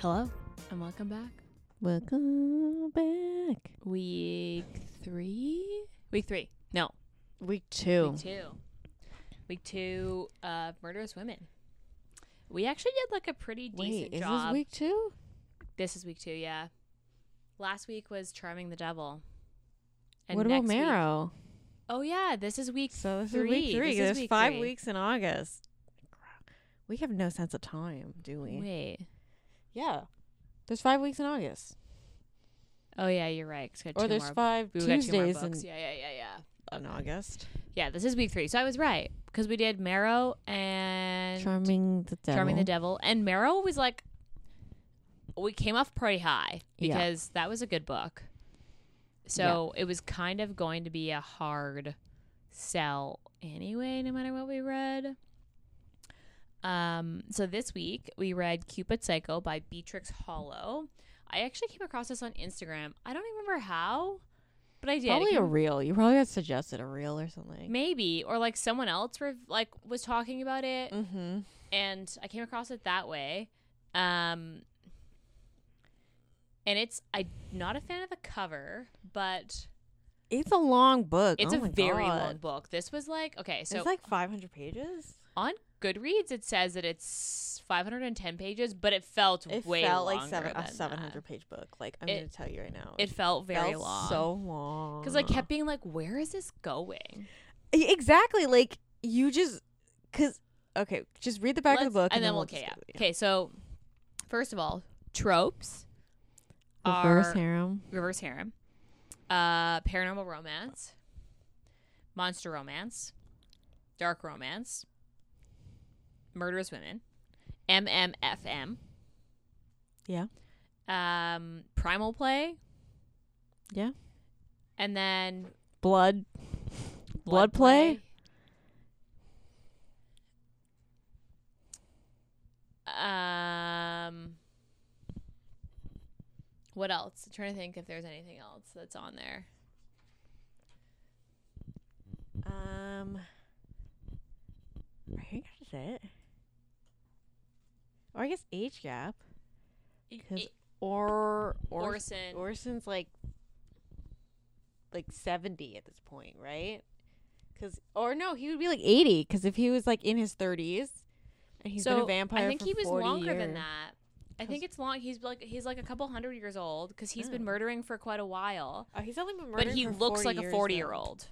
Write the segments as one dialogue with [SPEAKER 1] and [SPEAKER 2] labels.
[SPEAKER 1] Hello.
[SPEAKER 2] And welcome back.
[SPEAKER 1] Welcome back.
[SPEAKER 2] Week three? Week three. No.
[SPEAKER 1] Week two.
[SPEAKER 2] Week two. Week two of Murderous Women. We actually did like a pretty decent
[SPEAKER 1] Wait, is
[SPEAKER 2] job.
[SPEAKER 1] this week two?
[SPEAKER 2] This is week two, yeah. Last week was Charming the Devil. And
[SPEAKER 1] what about
[SPEAKER 2] next week-
[SPEAKER 1] Marrow?
[SPEAKER 2] oh, yeah. This is week
[SPEAKER 1] So this
[SPEAKER 2] three.
[SPEAKER 1] is week three.
[SPEAKER 2] This is
[SPEAKER 1] There's
[SPEAKER 2] week
[SPEAKER 1] five
[SPEAKER 2] three.
[SPEAKER 1] weeks in August. We have no sense of time, do we?
[SPEAKER 2] Wait.
[SPEAKER 1] Yeah. There's five weeks in August.
[SPEAKER 2] Oh, yeah, you're right. 'cause we got
[SPEAKER 1] or
[SPEAKER 2] two
[SPEAKER 1] there's
[SPEAKER 2] more-
[SPEAKER 1] five
[SPEAKER 2] we got two more
[SPEAKER 1] Tuesdays in,
[SPEAKER 2] books. yeah, yeah, yeah, yeah.
[SPEAKER 1] in August.
[SPEAKER 2] Yeah, this is week three. So I was right because we did Marrow and
[SPEAKER 1] Charming the Devil.
[SPEAKER 2] Charming the Devil. And Marrow was like, we came off pretty high
[SPEAKER 1] Yeah.
[SPEAKER 2] because that was a good book. So it was kind of going to be a hard sell anyway, no matter what we read. Um, so this week we read Cupid Psycho by Beatrix Hollow. I actually came across this on Instagram. I don't remember how, but I did. It
[SPEAKER 1] Probably
[SPEAKER 2] came
[SPEAKER 1] a reel. You probably got suggested a reel or something.
[SPEAKER 2] maybe or like someone else rev- like was talking about it
[SPEAKER 1] Mm-hmm.
[SPEAKER 2] and I came across it that way. Um, and it's I'm not a fan of the cover, but
[SPEAKER 1] It's a long book.
[SPEAKER 2] it's
[SPEAKER 1] Oh
[SPEAKER 2] a
[SPEAKER 1] my
[SPEAKER 2] very
[SPEAKER 1] God.
[SPEAKER 2] long book. This was like okay, so
[SPEAKER 1] it's like 500 pages.
[SPEAKER 2] on Goodreads it says that it's 510 pages, but it felt
[SPEAKER 1] It
[SPEAKER 2] way
[SPEAKER 1] felt like
[SPEAKER 2] longer
[SPEAKER 1] seven,
[SPEAKER 2] than
[SPEAKER 1] a
[SPEAKER 2] that.
[SPEAKER 1] 700 page book. Like I'm
[SPEAKER 2] It-
[SPEAKER 1] gonna tell you right now,
[SPEAKER 2] It felt very
[SPEAKER 1] felt
[SPEAKER 2] long.
[SPEAKER 1] so long.
[SPEAKER 2] because I kept being like, where is this going?
[SPEAKER 1] E- exactly like you just because okay, just read the back of the
[SPEAKER 2] Let's-
[SPEAKER 1] book
[SPEAKER 2] and, then we'll okay,
[SPEAKER 1] just
[SPEAKER 2] yeah.
[SPEAKER 1] go to the-
[SPEAKER 2] okay. So first of all, tropes
[SPEAKER 1] Reverse
[SPEAKER 2] are
[SPEAKER 1] harem.
[SPEAKER 2] Reverse Harem, uh, Paranormal Romance, Monster Romance, Dark Romance, Murderous Women, MMFM,
[SPEAKER 1] Yeah,
[SPEAKER 2] um, Primal Play,
[SPEAKER 1] yeah.
[SPEAKER 2] and then
[SPEAKER 1] Blood, Blood Play?
[SPEAKER 2] Um, what else? I'm trying to think if there's anything else that's on there.
[SPEAKER 1] Um, I think that's it. Or I guess age gap. 'Cause
[SPEAKER 2] I-
[SPEAKER 1] Or or
[SPEAKER 2] Orson.
[SPEAKER 1] Orson's like like seventy at this point, right? Because or no, he would be like eighty. Because if he was like in his thirties, and he's been a vampire,
[SPEAKER 2] I think
[SPEAKER 1] for
[SPEAKER 2] he was
[SPEAKER 1] 40
[SPEAKER 2] longer than
[SPEAKER 1] years.
[SPEAKER 2] that. I think it's long. He's like he's like a couple hundred years old because he's
[SPEAKER 1] Oh.
[SPEAKER 2] been murdering for quite a while.
[SPEAKER 1] Oh, he's only been murdered.
[SPEAKER 2] But he looks like a forty-year-old.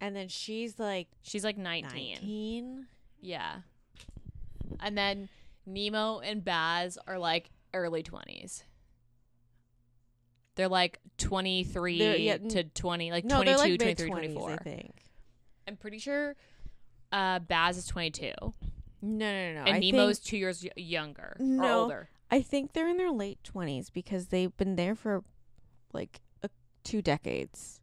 [SPEAKER 1] And then she's like
[SPEAKER 2] She's like 19.
[SPEAKER 1] nineteen.
[SPEAKER 2] Yeah, and then Nemo and Baz are like early twenties. They're like 23
[SPEAKER 1] They're- yeah, n-
[SPEAKER 2] to 20, like
[SPEAKER 1] No,
[SPEAKER 2] 22,
[SPEAKER 1] they're like mid
[SPEAKER 2] 23,
[SPEAKER 1] twenties.
[SPEAKER 2] 24.
[SPEAKER 1] I think.
[SPEAKER 2] I'm pretty sure uh, Baz is 22
[SPEAKER 1] No, no, no. no.
[SPEAKER 2] and
[SPEAKER 1] I
[SPEAKER 2] Nemo's
[SPEAKER 1] Think,
[SPEAKER 2] two years y- younger or
[SPEAKER 1] No.
[SPEAKER 2] older.
[SPEAKER 1] I think they're in their late twenties because they've been there for like a, two decades.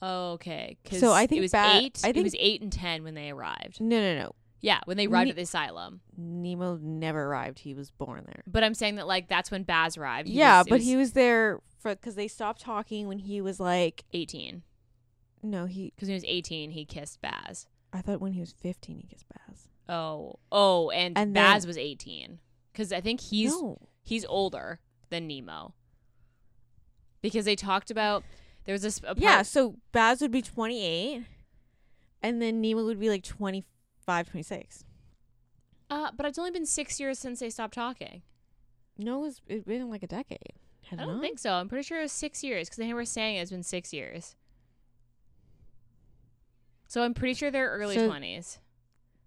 [SPEAKER 2] Okay, 'cause
[SPEAKER 1] So I think
[SPEAKER 2] it was
[SPEAKER 1] ba-
[SPEAKER 2] eight.
[SPEAKER 1] I
[SPEAKER 2] it
[SPEAKER 1] think-
[SPEAKER 2] was eight and ten when they arrived.
[SPEAKER 1] No, no, no.
[SPEAKER 2] Yeah, when they arrived
[SPEAKER 1] Ne-
[SPEAKER 2] at the asylum.
[SPEAKER 1] Nemo never arrived. He was born there.
[SPEAKER 2] But I'm saying that like that's when Baz arrived.
[SPEAKER 1] yeah,
[SPEAKER 2] was- it
[SPEAKER 1] but
[SPEAKER 2] was
[SPEAKER 1] he was there for because they stopped talking when he was like
[SPEAKER 2] eighteen
[SPEAKER 1] no he.
[SPEAKER 2] because he was eighteen. He kissed Baz.
[SPEAKER 1] I thought when he was fifteen he gets Baz.
[SPEAKER 2] Oh, oh, and,
[SPEAKER 1] And
[SPEAKER 2] Baz
[SPEAKER 1] then-
[SPEAKER 2] was eighteen because I think he's
[SPEAKER 1] no.
[SPEAKER 2] he's older than Nemo because they talked about there was this a part,
[SPEAKER 1] Yeah, so Baz would be 28 and then Nemo would be like 25, 26.
[SPEAKER 2] uh, but it's only been six years since they stopped talking.
[SPEAKER 1] No, it's it been like a decade. Had
[SPEAKER 2] I don't
[SPEAKER 1] it not?
[SPEAKER 2] think so. I'm pretty sure it was six years because they were saying it's been six years. So I'm pretty sure they're early
[SPEAKER 1] So-
[SPEAKER 2] twenties.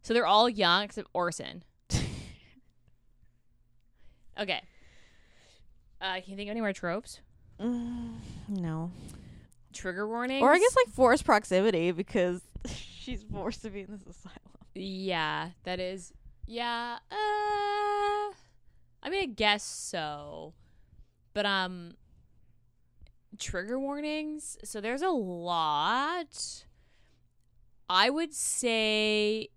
[SPEAKER 2] so they're all young except Orson. Okay. Uh, can you think of any more tropes?
[SPEAKER 1] Mm, no.
[SPEAKER 2] Trigger warnings.
[SPEAKER 1] Or I guess like forced proximity because she's forced to be in this asylum.
[SPEAKER 2] Yeah, that is. Yeah. Uh, I mean, I guess so. But um, trigger warnings. So there's a lot. I would say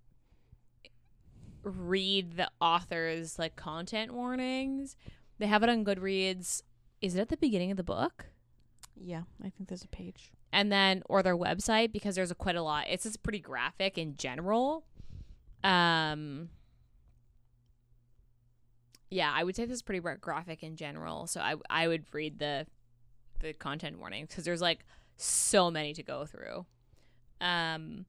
[SPEAKER 2] read the author's like content warnings. They have it on Goodreads. Is it at the beginning of the book?
[SPEAKER 1] Yeah, I think there's a page.
[SPEAKER 2] and then or their website because there's a quite a lot. It's just pretty graphic in general. Um yeah, I would say this is pretty gra- graphic in general. So I I would read the the content warnings because there's like so many to go through. Um,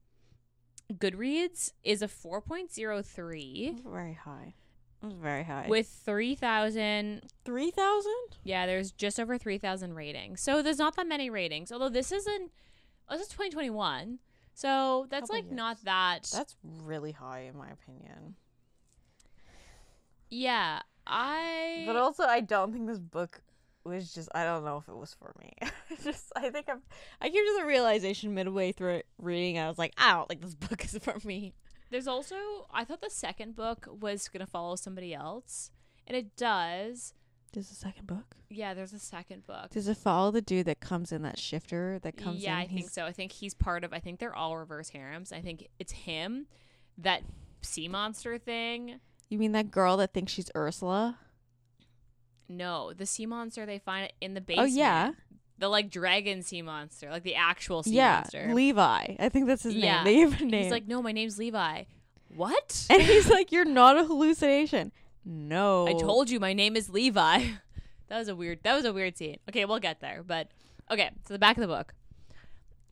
[SPEAKER 2] Goodreads is a 4.03
[SPEAKER 1] Very high. It was very high.
[SPEAKER 2] with 3,000.
[SPEAKER 1] three thousand?
[SPEAKER 2] Yeah, there's just over 3,000 ratings. So there's not that many ratings. Although this isn't. Oh, this is 2021. So that's
[SPEAKER 1] Couple
[SPEAKER 2] like not
[SPEAKER 1] years.
[SPEAKER 2] that.
[SPEAKER 1] That's really high in my opinion.
[SPEAKER 2] yeah, I.
[SPEAKER 1] But also, I don't think this book was just. I don't know if it was for me. just, I think I'm. I came to the realization midway through it reading. I was like, I don't think this book is for me.
[SPEAKER 2] There's also I thought the second book was gonna follow somebody else, and it does.
[SPEAKER 1] There's a second book.
[SPEAKER 2] Yeah, there's a second book.
[SPEAKER 1] Does it follow the dude that comes in that shifter that comes
[SPEAKER 2] yeah,
[SPEAKER 1] in?
[SPEAKER 2] I think
[SPEAKER 1] He's-
[SPEAKER 2] so. I think he's part of. I think they're all reverse harems. I think it's him, that sea monster thing.
[SPEAKER 1] You mean that girl that thinks she's Ursula? Oh,
[SPEAKER 2] No, the sea monster they find in the basement.
[SPEAKER 1] Oh yeah,
[SPEAKER 2] the like dragon sea monster, like the actual sea
[SPEAKER 1] yeah.
[SPEAKER 2] monster.
[SPEAKER 1] Levi. I think that's his
[SPEAKER 2] Yeah.
[SPEAKER 1] name. They have a name.
[SPEAKER 2] he's like, no, my name's Levi. What?
[SPEAKER 1] and he's like, you're not a hallucination. No,
[SPEAKER 2] I told you my name is Levi. that was a weird that was a weird scene. Okay, we'll get there, but okay, so the back of the book.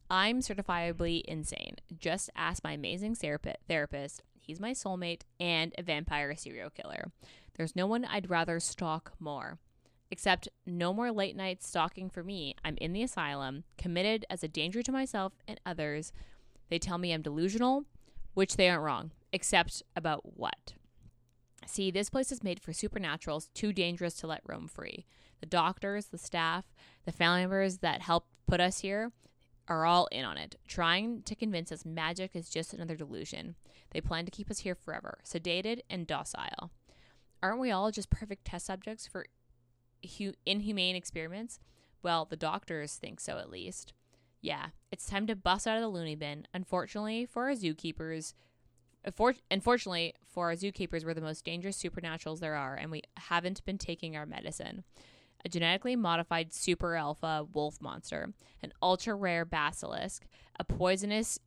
[SPEAKER 2] I'm certifiably insane. Just ask my amazing therap- therapist. He's my soulmate and a vampire serial killer. There's no one I'd rather stalk more. Except no more late night stalking for me. I'm in the asylum, committed as a danger to myself and others. They tell me I'm delusional, which they aren't wrong, except about what? See, this place is made for supernaturals too dangerous to let roam free. The doctors, the staff, the family members that helped put us here are all in on it, trying to convince us magic is just another delusion. They plan to keep us here forever, sedated and docile. Aren't we all just perfect test subjects for hu- inhumane experiments? Well, the doctors think so at least. Yeah, it's time to bust out of the loony bin. Unfortunately for our zookeepers, Unfor- Unfortunately, for our zookeepers, we're the most dangerous supernaturals there are, and we haven't been taking our medicine. A genetically modified super alpha wolf monster, an ultra rare basilisk, a poisonous,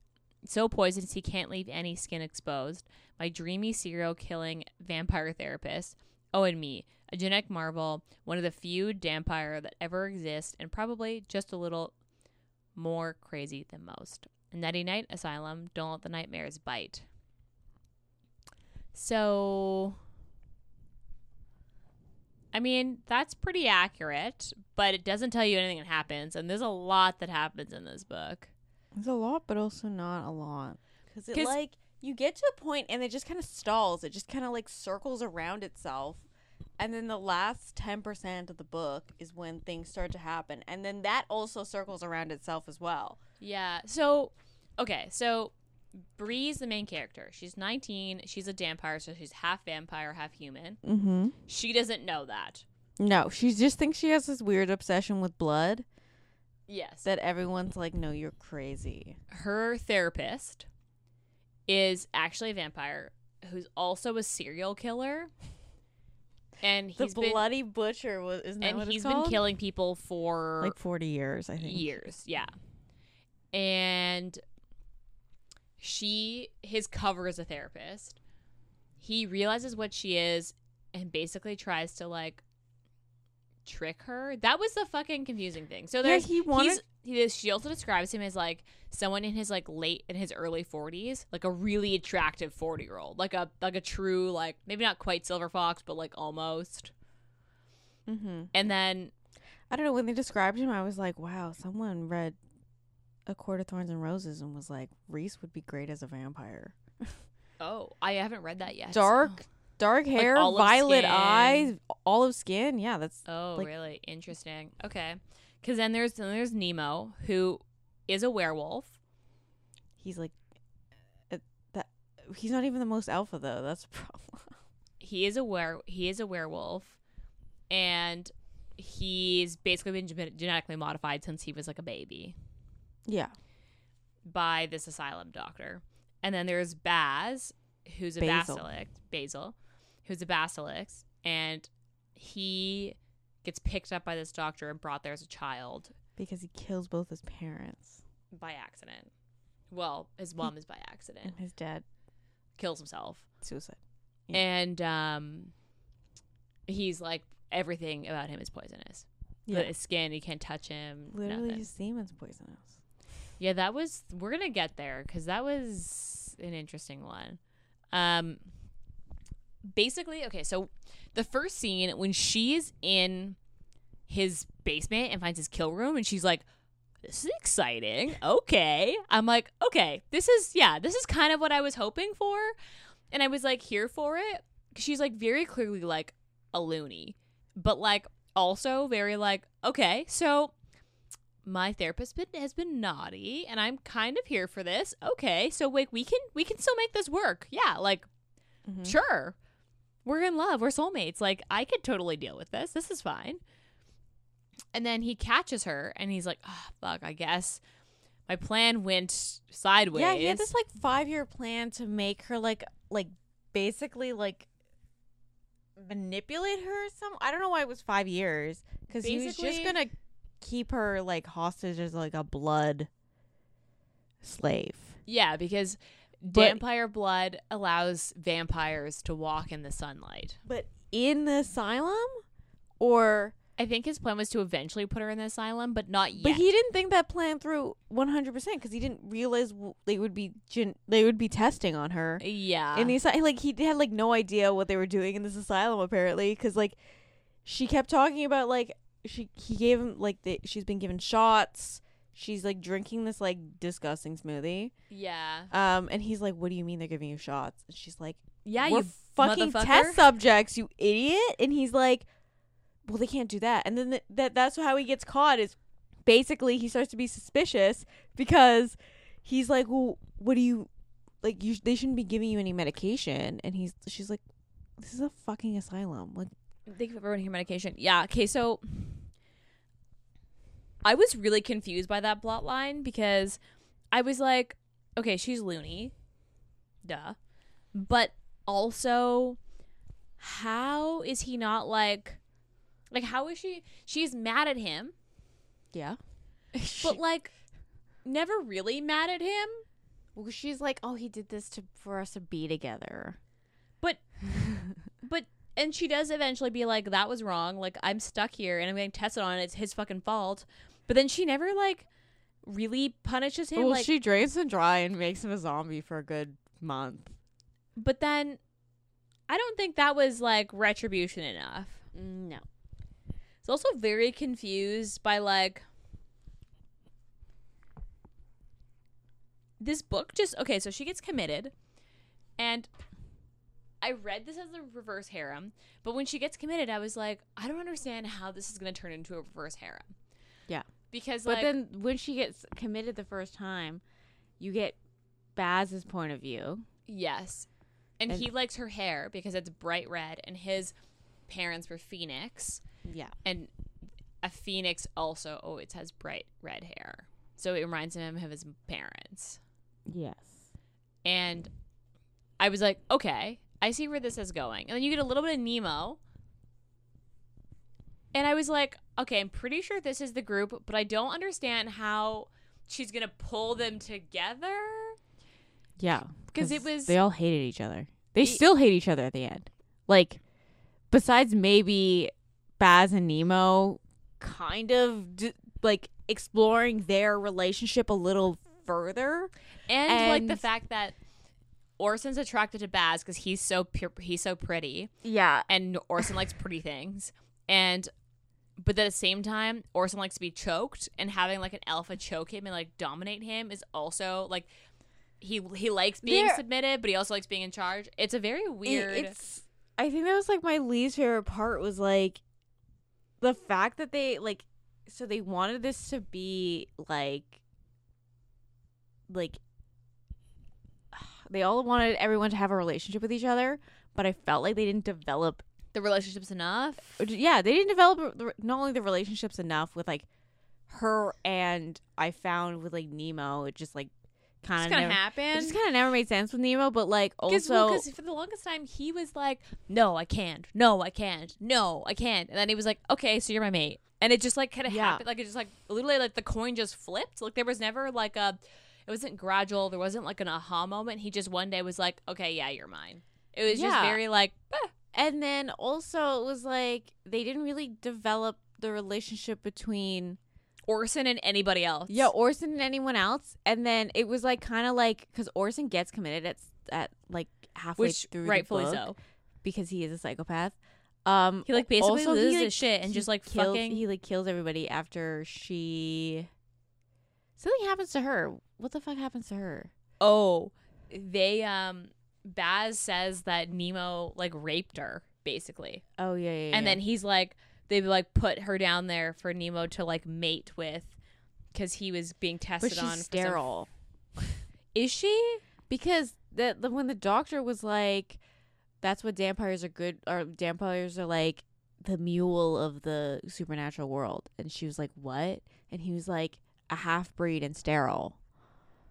[SPEAKER 2] so poisonous he can't leave any skin exposed, my dreamy serial killing vampire therapist, oh, and me, a genetic marvel, one of the few vampire that ever exist, and probably just a little more crazy than most. Nutty Night Asylum, don't let the nightmares bite. So, I mean, that's pretty accurate, but it doesn't tell you anything that happens. And there's a lot that happens in this book.
[SPEAKER 1] It's a lot, but also not a lot. Because it
[SPEAKER 2] 'Cause-
[SPEAKER 1] like you get to a point and it just kind of stalls. It just kind of like circles around itself, and then the last ten percent of the book is when things start to happen, and then that also circles around itself as well.
[SPEAKER 2] Yeah. So, okay. So, Bree's the main character. She's 19. She's a vampire, so she's half vampire, half human.
[SPEAKER 1] Mm-hmm.
[SPEAKER 2] She doesn't know that.
[SPEAKER 1] No, she just thinks she has this weird obsession with blood
[SPEAKER 2] Yes.
[SPEAKER 1] that everyone's like, "No, you're crazy."
[SPEAKER 2] her therapist is actually a vampire who's also a serial killer. And he's
[SPEAKER 1] the
[SPEAKER 2] been
[SPEAKER 1] bloody butcher was isn't that
[SPEAKER 2] and
[SPEAKER 1] what
[SPEAKER 2] he's
[SPEAKER 1] it's
[SPEAKER 2] been
[SPEAKER 1] called?
[SPEAKER 2] killing people for
[SPEAKER 1] like forty years, I think.
[SPEAKER 2] years yeah and she his cover is a therapist he realizes what she is and basically tries to like trick her that was the fucking confusing thing so
[SPEAKER 1] Yeah,
[SPEAKER 2] there's
[SPEAKER 1] he wanted.
[SPEAKER 2] he's, he, she also describes him as like someone in his like late in his early 40s like a really attractive 40 year old like a like a true like maybe not quite silver fox but like almost
[SPEAKER 1] mm-hmm.
[SPEAKER 2] and then
[SPEAKER 1] I don't know when they described him. I was like, wow, someone read A Court of Thorns and Roses and was like, Reese would be great as a vampire.
[SPEAKER 2] oh i haven't read that yet
[SPEAKER 1] Dark, dark hair,
[SPEAKER 2] olive
[SPEAKER 1] violet
[SPEAKER 2] skin.
[SPEAKER 1] eyes, olive skin. Yeah, that's
[SPEAKER 2] Oh,
[SPEAKER 1] Like-
[SPEAKER 2] really interesting. Okay, because then there's then there's Nemo who is a werewolf.
[SPEAKER 1] he's like uh, that. He's not even the most alpha though. That's a problem.
[SPEAKER 2] He is a were he is a werewolf, and he's basically been gen- genetically modified since he was like a baby
[SPEAKER 1] Yeah,
[SPEAKER 2] by this asylum doctor. And then there's Baz, who's a
[SPEAKER 1] Basil.
[SPEAKER 2] basilisk, Basil, who's a basilisk, and he gets picked up by this doctor and brought there as a child
[SPEAKER 1] because he kills both his parents
[SPEAKER 2] by accident. Well, his mom is by accident,
[SPEAKER 1] and his dad
[SPEAKER 2] kills himself.
[SPEAKER 1] suicide. Yeah.
[SPEAKER 2] and um he's like everything about him is poisonous.
[SPEAKER 3] Yeah.
[SPEAKER 2] But his skin, you can't touch him.
[SPEAKER 3] Literally,
[SPEAKER 2] nothing.
[SPEAKER 3] his semen's poisonous.
[SPEAKER 2] Yeah, that was. We're gonna get there because that was an interesting one. Um, basically, okay. So, the first scene when she's in his basement and finds his kill room, and she's like, "This is exciting." Okay, I'm like, okay, this is yeah, this is kind of what I was hoping for, and I was like here for it. 'Cause She's like very clearly like a loony, but like also very like okay, so my therapist been, has been naughty and i'm kind of here for this okay so like we can we can still make this work yeah like
[SPEAKER 3] Mhm.
[SPEAKER 2] sure we're in love we're soulmates like i could totally deal with this this is fine and then he catches her and he's like oh fuck i guess my plan went sideways
[SPEAKER 3] Yeah, he had this like five year plan to make her like like basically like manipulate her. Or some I don't know why it was five years because he was just
[SPEAKER 2] Basically-
[SPEAKER 3] gonna keep her like hostage as like a blood slave.
[SPEAKER 2] yeah because
[SPEAKER 3] But-
[SPEAKER 2] vampire blood allows vampires to walk in the sunlight
[SPEAKER 3] But in the asylum, or
[SPEAKER 2] i think his plan was to eventually put her in the asylum but not yet
[SPEAKER 3] but he didn't think that plan through one hundred percent because he didn't realize w- they would be gen- they would be testing on her.
[SPEAKER 2] yeah
[SPEAKER 3] in the asylum. Like he had like no idea what they were doing in this asylum apparently, because like she kept talking about like she he gave him like the, she's been given shots. She's like drinking this like disgusting smoothie,
[SPEAKER 2] yeah
[SPEAKER 3] um, and he's like, "What do you mean they're giving you shots?" And she's like,
[SPEAKER 2] Yeah,
[SPEAKER 3] "We're
[SPEAKER 2] you
[SPEAKER 3] fucking
[SPEAKER 2] motherfucker.
[SPEAKER 3] test subjects, you idiot!" And he's like, "Well, they can't do that." And then th- that that's how he gets caught is basically he starts to be suspicious because he's like, "Well, what do you like? You sh- they shouldn't be giving you any medication." And he's she's like, "This is a fucking asylum. Like,
[SPEAKER 2] Thank you for everyone here medication. Yeah. Okay. So I was really confused by that plot line because I was like, okay, she's loony, duh, but also, how is he not like, like, how is she? She's mad at him,
[SPEAKER 3] yeah."
[SPEAKER 2] but like, never really mad at him.
[SPEAKER 3] well, she's like, "Oh, he did this to for us to be together."
[SPEAKER 2] But- But and she does eventually be like, "That was wrong. Like I'm stuck here, and I'm getting tested on. it. It's his fucking fault." But then she never like really punishes him.
[SPEAKER 3] well,
[SPEAKER 2] like,
[SPEAKER 3] she drains him dry and makes him a zombie for a good month.
[SPEAKER 2] but then I don't think that was like retribution enough.
[SPEAKER 3] No.
[SPEAKER 2] It's also very confused by like this book just okay, so she gets committed and I read this as a reverse harem, but when she gets committed, I was like, I don't understand how this is going to turn into a reverse harem.
[SPEAKER 3] Yeah.
[SPEAKER 2] Because
[SPEAKER 1] But
[SPEAKER 2] like
[SPEAKER 1] then when she gets committed the first time, you get Baz's point of view.
[SPEAKER 2] yes. And,
[SPEAKER 3] And-
[SPEAKER 2] he likes her hair because it's bright red and his parents were phoenix
[SPEAKER 3] Yeah.
[SPEAKER 2] and a phoenix also always has bright red hair. So it reminds him of his parents.
[SPEAKER 1] Yes.
[SPEAKER 2] And I was like, okay, I see where this is going. And then you get a little bit of Nemo. And I was like, okay, I'm pretty sure this is the group, but I don't understand how she's going to pull them together.
[SPEAKER 1] Yeah.
[SPEAKER 2] 'Cause it was-
[SPEAKER 1] they all hated each other. They
[SPEAKER 2] Ye-
[SPEAKER 1] still hate each other at the end. Like besides maybe Baz and Nemo kind of d- like exploring their relationship a little further.
[SPEAKER 2] And, like the
[SPEAKER 1] And-
[SPEAKER 2] fact that Orson's attracted to Baz because he's so pure, he's so pretty.
[SPEAKER 1] Yeah.
[SPEAKER 2] and Orson likes pretty things. And but at the same time, Orson likes to be choked, and having like an alpha choke him and like dominate him is also like he he likes being
[SPEAKER 1] There-
[SPEAKER 2] submitted, but he also likes being in charge. It's a very weird.
[SPEAKER 3] It-
[SPEAKER 1] it's i think that was like my least favorite part was like the fact that they like so they wanted this to be like like they all wanted everyone to have a relationship with each other but i felt like they didn't develop
[SPEAKER 2] the relationship's enough.
[SPEAKER 1] yeah they didn't develop the- not only the relationships enough with like her and i found with like nemo it just like kind
[SPEAKER 2] It's
[SPEAKER 1] of
[SPEAKER 2] gonna
[SPEAKER 1] never, it
[SPEAKER 2] happen.
[SPEAKER 1] just kind of never made sense with nemo but like
[SPEAKER 2] Because
[SPEAKER 1] also
[SPEAKER 2] for the longest time he was like, "No, I can't. No, I can't. No, I can't." And then he was like, "Okay, so you're my mate." And it just like kind of
[SPEAKER 1] Yeah.
[SPEAKER 2] happened, like it just like literally like the coin just flipped. Like there was never like a, it wasn't gradual. There wasn't like an aha moment. He just one day was like, "Okay, yeah, you're mine." It was just
[SPEAKER 1] Yeah.
[SPEAKER 2] very like, "Eh,
[SPEAKER 1] And then also it was like they didn't really develop the relationship between
[SPEAKER 2] Orson and anybody else.
[SPEAKER 1] Yeah, Orson and anyone else, and then it was like kind of like because Orson gets committed at at like halfway
[SPEAKER 2] which
[SPEAKER 1] through, the
[SPEAKER 2] rightfully
[SPEAKER 1] book
[SPEAKER 2] so.
[SPEAKER 1] because he is a psychopath. Um,
[SPEAKER 2] He like basically
[SPEAKER 1] also, he,
[SPEAKER 2] loses
[SPEAKER 1] like,
[SPEAKER 2] his shit and
[SPEAKER 1] he
[SPEAKER 2] just like
[SPEAKER 1] kills,
[SPEAKER 2] fucking.
[SPEAKER 1] he like kills everybody after she something happens to her. What the fuck happens to her?
[SPEAKER 2] oh, they um, Baz says that Nemo like raped her basically,
[SPEAKER 1] Oh yeah, yeah.
[SPEAKER 2] and then he's like they like put her down there for Nemo to like mate with because he was being tested
[SPEAKER 1] but
[SPEAKER 2] on.
[SPEAKER 1] she's
[SPEAKER 2] for some-
[SPEAKER 1] sterile
[SPEAKER 2] Is she?
[SPEAKER 1] because the, the when the doctor was like, "That's what vampires are good," or vampires are like the mule of the supernatural world, and she was like, "What?" And he was like, "A half breed and sterile,"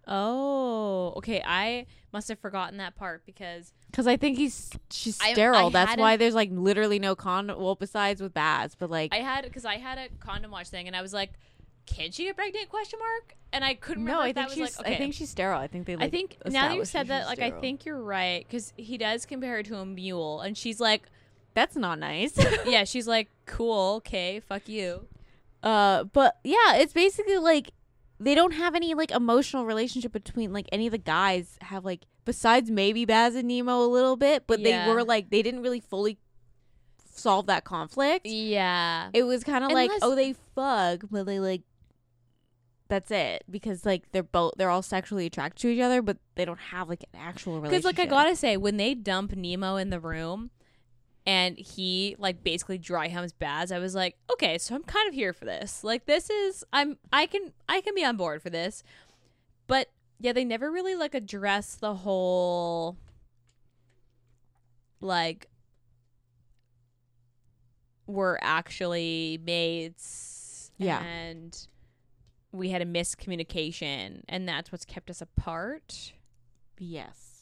[SPEAKER 2] Oh, okay. I must have forgotten that part because
[SPEAKER 1] because I think he's she's
[SPEAKER 2] I- I
[SPEAKER 1] sterile. That's
[SPEAKER 2] had
[SPEAKER 1] why
[SPEAKER 2] a-
[SPEAKER 1] there's like literally no con. Well, besides with Baz, but like
[SPEAKER 2] I had because I had a condom watch thing and I was like, "Can she get pregnant?" Question mark. And I couldn't
[SPEAKER 1] no,
[SPEAKER 2] remember.
[SPEAKER 1] I
[SPEAKER 2] if that
[SPEAKER 1] think
[SPEAKER 2] was
[SPEAKER 1] she's
[SPEAKER 2] like, okay.
[SPEAKER 1] I think she's sterile. I think they. Like,
[SPEAKER 2] I think now that you
[SPEAKER 1] established
[SPEAKER 2] said
[SPEAKER 1] she's
[SPEAKER 2] that, like, I
[SPEAKER 1] sterile.
[SPEAKER 2] think you're right because he does compare her to a mule, and she's like,
[SPEAKER 1] that's not nice.
[SPEAKER 2] "Yeah, she's like, cool, okay, fuck you."
[SPEAKER 1] Uh, but yeah, it's basically like they don't have any like emotional relationship between like any of the guys have like besides maybe Baz and Nemo a little bit, but
[SPEAKER 2] Yeah.
[SPEAKER 1] they were like they didn't really fully solve that conflict.
[SPEAKER 2] Yeah,
[SPEAKER 1] It was kind of like
[SPEAKER 2] Unless-
[SPEAKER 1] oh they fuck, but they like that's it because like they're both they're all sexually attracted to each other, but they don't have like an actual
[SPEAKER 2] because
[SPEAKER 1] relationship.
[SPEAKER 2] like I gotta say, when they dump Nemo in the room, and he like basically dry humps Baz, I was like, okay, so I'm kind of here for this. Like, this is I'm I can I can be on board for this, but yeah, they never really like address the whole like we're actually mates
[SPEAKER 1] Yeah.
[SPEAKER 2] and we had a miscommunication and that's what's kept us apart
[SPEAKER 1] yes.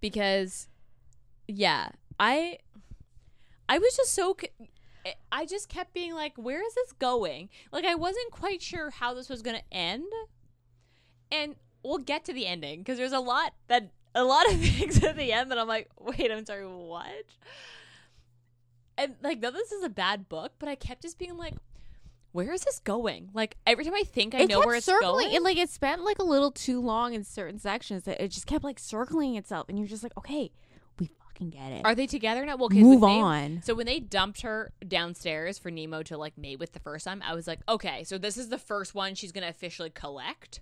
[SPEAKER 2] because yeah i i was just so c- eh, i just kept being like where is this going like i wasn't quite sure how this was gonna end and we'll get to the ending because there's a lot that a lot of things at the end that i'm like wait i'm sorry what and like no this is a bad book but i kept just being like where is this going like every time i think i
[SPEAKER 1] it
[SPEAKER 2] know
[SPEAKER 1] kept
[SPEAKER 2] where it's
[SPEAKER 1] circling.
[SPEAKER 2] going
[SPEAKER 1] It like it spent like a little too long in certain sections. That it just kept like circling itself, and you're just like, okay, we fucking get it.
[SPEAKER 2] are they together now well 'cause
[SPEAKER 1] Move
[SPEAKER 2] when they-
[SPEAKER 1] on.
[SPEAKER 2] So when they dumped her downstairs for Nemo to like mate with the first time, I was like, okay, so this is the first one she's gonna officially collect,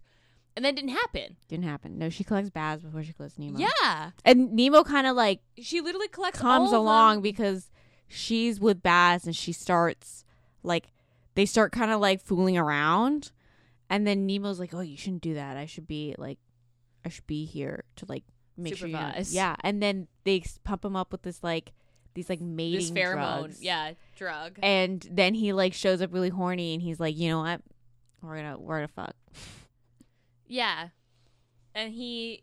[SPEAKER 2] and that didn't happen.
[SPEAKER 1] Didn't happen. No, she collects baths before she collects Nemo.
[SPEAKER 2] Yeah,
[SPEAKER 1] and Nemo kind of like
[SPEAKER 2] she literally collects. all
[SPEAKER 1] comes
[SPEAKER 2] of them.
[SPEAKER 1] along because she's with Baz, and she starts like they start kind of like fooling around, and then Nemo's like, oh, you shouldn't do that. I should be like, I should be here to like make sure. You know.
[SPEAKER 2] Supervise.
[SPEAKER 1] Yeah, and then they s- pump him up with this like these like mating
[SPEAKER 2] this pheromone,
[SPEAKER 1] drugs.
[SPEAKER 2] yeah, drug.
[SPEAKER 1] and then he like shows up really horny and he's like you know what we're gonna we're gonna fuck
[SPEAKER 2] yeah, and he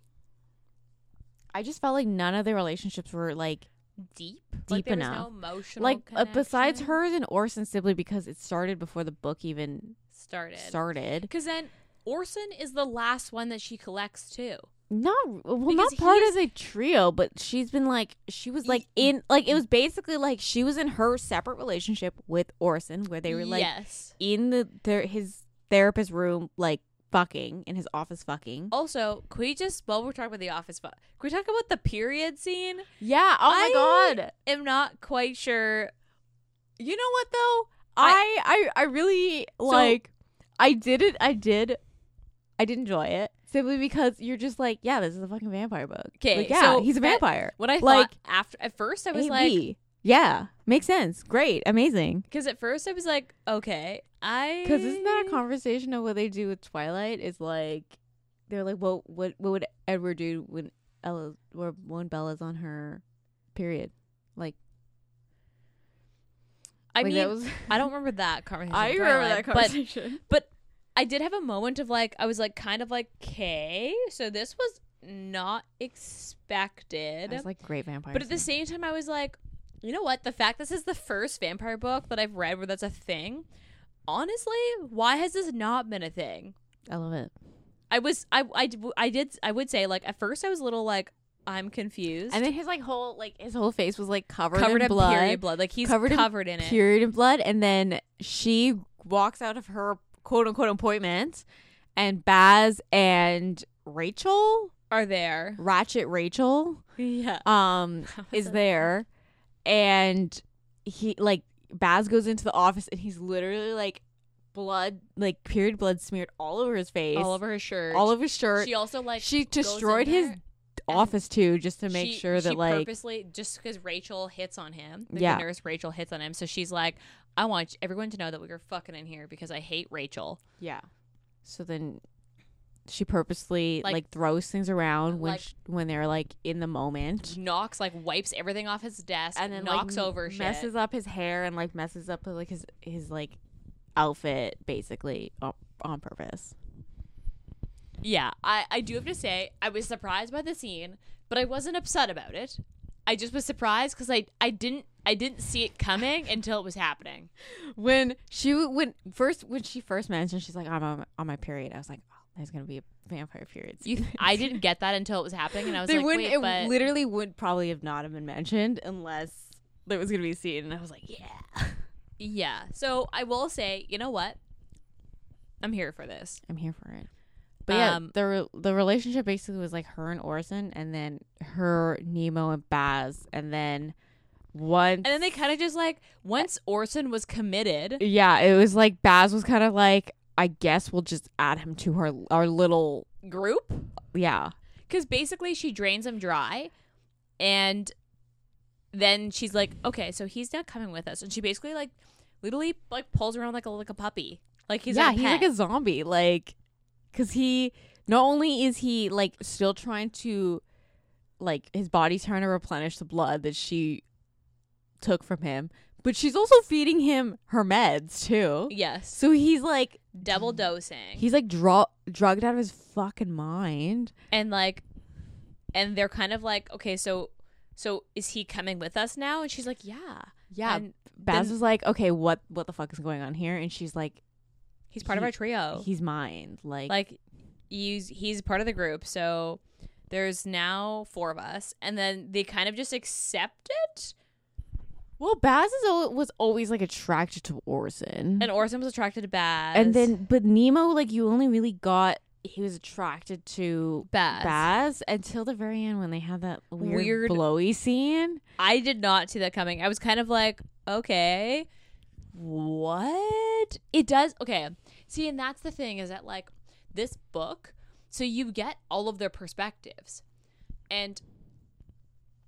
[SPEAKER 1] i just felt like none of the relationships were like
[SPEAKER 2] deep,
[SPEAKER 1] Deep
[SPEAKER 2] like, there Was
[SPEAKER 1] enough.
[SPEAKER 2] no emotional,
[SPEAKER 1] like uh, besides
[SPEAKER 2] connection
[SPEAKER 1] hers and orson simply because it started before the book even
[SPEAKER 2] started.
[SPEAKER 1] started
[SPEAKER 2] Because then Orson is the last one that she collects too.
[SPEAKER 1] not well not
[SPEAKER 2] Because
[SPEAKER 1] part of the trio but she's been like she was like in like it was basically like she was in her separate relationship with orson where they were like
[SPEAKER 2] yes.
[SPEAKER 1] in the their his therapist room like fucking in his office fucking
[SPEAKER 2] Also, can we just while we're talking about the office, but can we talk about the period scene?
[SPEAKER 1] yeah oh
[SPEAKER 2] I- am not quite sure.
[SPEAKER 1] You know what though? I I, I really like I did it I did I did enjoy it simply because you're just like, yeah, this is a fucking vampire book.
[SPEAKER 2] Okay,
[SPEAKER 1] Like, yeah,
[SPEAKER 2] so
[SPEAKER 1] he's a
[SPEAKER 2] that-
[SPEAKER 1] vampire.
[SPEAKER 2] What I
[SPEAKER 1] Like,
[SPEAKER 2] thought after at first I was
[SPEAKER 1] AB.
[SPEAKER 2] like
[SPEAKER 1] yeah, makes sense. Great, amazing.
[SPEAKER 2] because at first I was like okay I
[SPEAKER 1] Because isn't that a conversation of what they do with Twilight? Is like they're like, well, what what would Edward do when Ella or when Bella's on her period? Like,
[SPEAKER 2] I
[SPEAKER 1] like,
[SPEAKER 2] mean
[SPEAKER 1] that was
[SPEAKER 2] I don't remember that conversation.
[SPEAKER 1] I
[SPEAKER 2] with
[SPEAKER 1] remember
[SPEAKER 2] Twilight,
[SPEAKER 1] that conversation.
[SPEAKER 2] But, but I did have a moment of like I was like kind of like okay so this was not expected.
[SPEAKER 1] But, I was like, great vampire.
[SPEAKER 2] But at the same time, I was like, you know what? The fact this is the first vampire book that I've read where that's a thing. Honestly, why has this not been a thing?
[SPEAKER 1] I love it.
[SPEAKER 2] I was I I, d- I did I would say like at first I was a little like I'm confused.
[SPEAKER 1] And then his like whole like his whole face was like covered,
[SPEAKER 2] covered
[SPEAKER 1] in
[SPEAKER 2] in
[SPEAKER 1] blood,
[SPEAKER 2] period blood. Like he's
[SPEAKER 1] Covered
[SPEAKER 2] covered,
[SPEAKER 1] in
[SPEAKER 2] in, it.
[SPEAKER 1] period in blood, and then she walks out of her quote unquote appointment, and Baz and Rachel,
[SPEAKER 2] Are there?
[SPEAKER 1] Ratchet Rachel,
[SPEAKER 2] Yeah.
[SPEAKER 1] um,
[SPEAKER 2] What
[SPEAKER 1] is
[SPEAKER 2] the-
[SPEAKER 1] there, and he like Baz goes into the office and he's literally like blood, like period blood smeared all over his face,
[SPEAKER 2] all over his shirt.
[SPEAKER 1] all over his shirt.
[SPEAKER 2] She also like
[SPEAKER 1] she
[SPEAKER 2] goes in
[SPEAKER 1] destroyed his
[SPEAKER 2] there
[SPEAKER 1] office too, just to make
[SPEAKER 2] she-
[SPEAKER 1] sure that
[SPEAKER 2] she
[SPEAKER 1] like
[SPEAKER 2] purposely just because Rachel hits on him. Like
[SPEAKER 1] Yeah.
[SPEAKER 2] The nurse Rachel hits on him, so she's like, "I want everyone to know that we were fucking in here because I hate Rachel."
[SPEAKER 1] Yeah. So then she purposely like,
[SPEAKER 2] Like-
[SPEAKER 1] throws things around when
[SPEAKER 2] like-
[SPEAKER 1] sh- when they're like in the moment,
[SPEAKER 2] Knocks like wipes everything off his desk
[SPEAKER 1] and then
[SPEAKER 2] knocks
[SPEAKER 1] like,
[SPEAKER 2] over
[SPEAKER 1] messes
[SPEAKER 2] shit.
[SPEAKER 1] up his hair and like messes up like his his like outfit basically on, on purpose.
[SPEAKER 2] Yeah, I I do have to say I was surprised by the scene, but I wasn't upset about it. I just was surprised because I I didn't I didn't see it coming until it was happening.
[SPEAKER 1] When she when first when she first mentioned she's like I'm on, on my period, I was like, oh, there's gonna be a vampire period.
[SPEAKER 2] You,
[SPEAKER 1] scene."
[SPEAKER 2] I didn't get that until it was happening, and I was
[SPEAKER 1] they
[SPEAKER 2] like,
[SPEAKER 1] wouldn't.
[SPEAKER 2] "Wait,
[SPEAKER 1] it
[SPEAKER 2] but
[SPEAKER 1] literally would probably have not have been mentioned unless there was gonna be a scene, and I was like, yeah,
[SPEAKER 2] yeah." So I will say, you know what? I'm here for this.
[SPEAKER 1] I'm here for it. But yeah,
[SPEAKER 2] Um,
[SPEAKER 1] the re- the relationship basically was like her and Orson, and then her Nemo and Baz, and then once
[SPEAKER 2] And then they kind of just like once Orson was committed,
[SPEAKER 1] yeah, it was like Baz was kind of like, I guess we'll just add him to her our little
[SPEAKER 2] group
[SPEAKER 1] yeah
[SPEAKER 2] because basically she drains him dry, and then she's like, okay, so he's not coming with us, and she basically like literally like pulls around like a like a puppy, like he's
[SPEAKER 1] yeah
[SPEAKER 2] our
[SPEAKER 1] he's
[SPEAKER 2] pet.
[SPEAKER 1] like a zombie like because he not only is he like still trying to like his body's trying to replenish the blood that she took from him, but she's also feeding him her meds too.
[SPEAKER 2] yes,
[SPEAKER 1] So he's like
[SPEAKER 2] double dosing,
[SPEAKER 1] He's like dro- drugged out of his fucking mind.
[SPEAKER 2] and like, and they're kind of like, okay, so so is he coming with us now? And she's like, yeah,
[SPEAKER 1] And
[SPEAKER 2] And
[SPEAKER 1] Baz
[SPEAKER 2] then-
[SPEAKER 1] was like, okay, what what the fuck is going on here? And she's like,
[SPEAKER 2] he's part of
[SPEAKER 1] He-
[SPEAKER 2] our trio.
[SPEAKER 1] he's mine. Like,
[SPEAKER 2] Oh. like he's he's part of the group so there's now four of us and then they kind of just accept it
[SPEAKER 1] well, Baz is al- was always like attracted to Orson,
[SPEAKER 2] and orson was attracted to baz
[SPEAKER 1] and then but Nemo, like you only really got he was attracted to
[SPEAKER 2] baz.
[SPEAKER 1] Baz until the very end when they had that weird,
[SPEAKER 2] Weird-
[SPEAKER 1] blowy scene.
[SPEAKER 2] i did not see that coming i was kind of like okay what it does okay see and that's the thing is that like this book so you get all of their perspectives and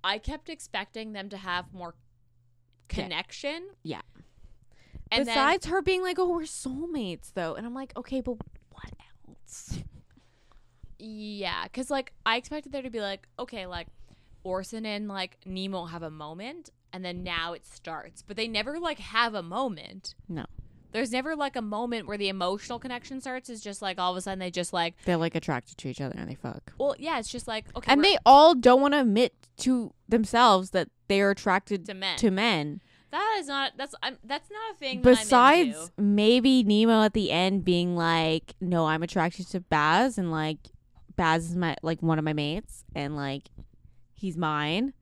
[SPEAKER 2] i kept expecting them to have more
[SPEAKER 1] Yeah.
[SPEAKER 2] connection
[SPEAKER 1] Yeah.
[SPEAKER 2] and then-
[SPEAKER 1] Besides her being like, oh, we're soulmates though, and I'm like, okay, but what else?
[SPEAKER 2] Yeah, because like I expected there to be like okay, like Orson and like Nemo have a moment, and then now it starts, but they never like have a moment.
[SPEAKER 1] No,
[SPEAKER 2] There's never like a moment where the emotional connection starts. It's just like all of a sudden they just like
[SPEAKER 1] they're like attracted to each other and they fuck.
[SPEAKER 2] well yeah, it's just like okay
[SPEAKER 1] and
[SPEAKER 2] we're-
[SPEAKER 1] they all don't want to admit to themselves that they are attracted
[SPEAKER 2] To men.
[SPEAKER 1] to men.
[SPEAKER 2] that is not that's I'm that's not a thing. that I'm
[SPEAKER 1] Besides,
[SPEAKER 2] into.
[SPEAKER 1] maybe Nemo at the end being like, "No, I'm attracted to Baz, and like, Baz is my like one of my mates, and like, he's mine."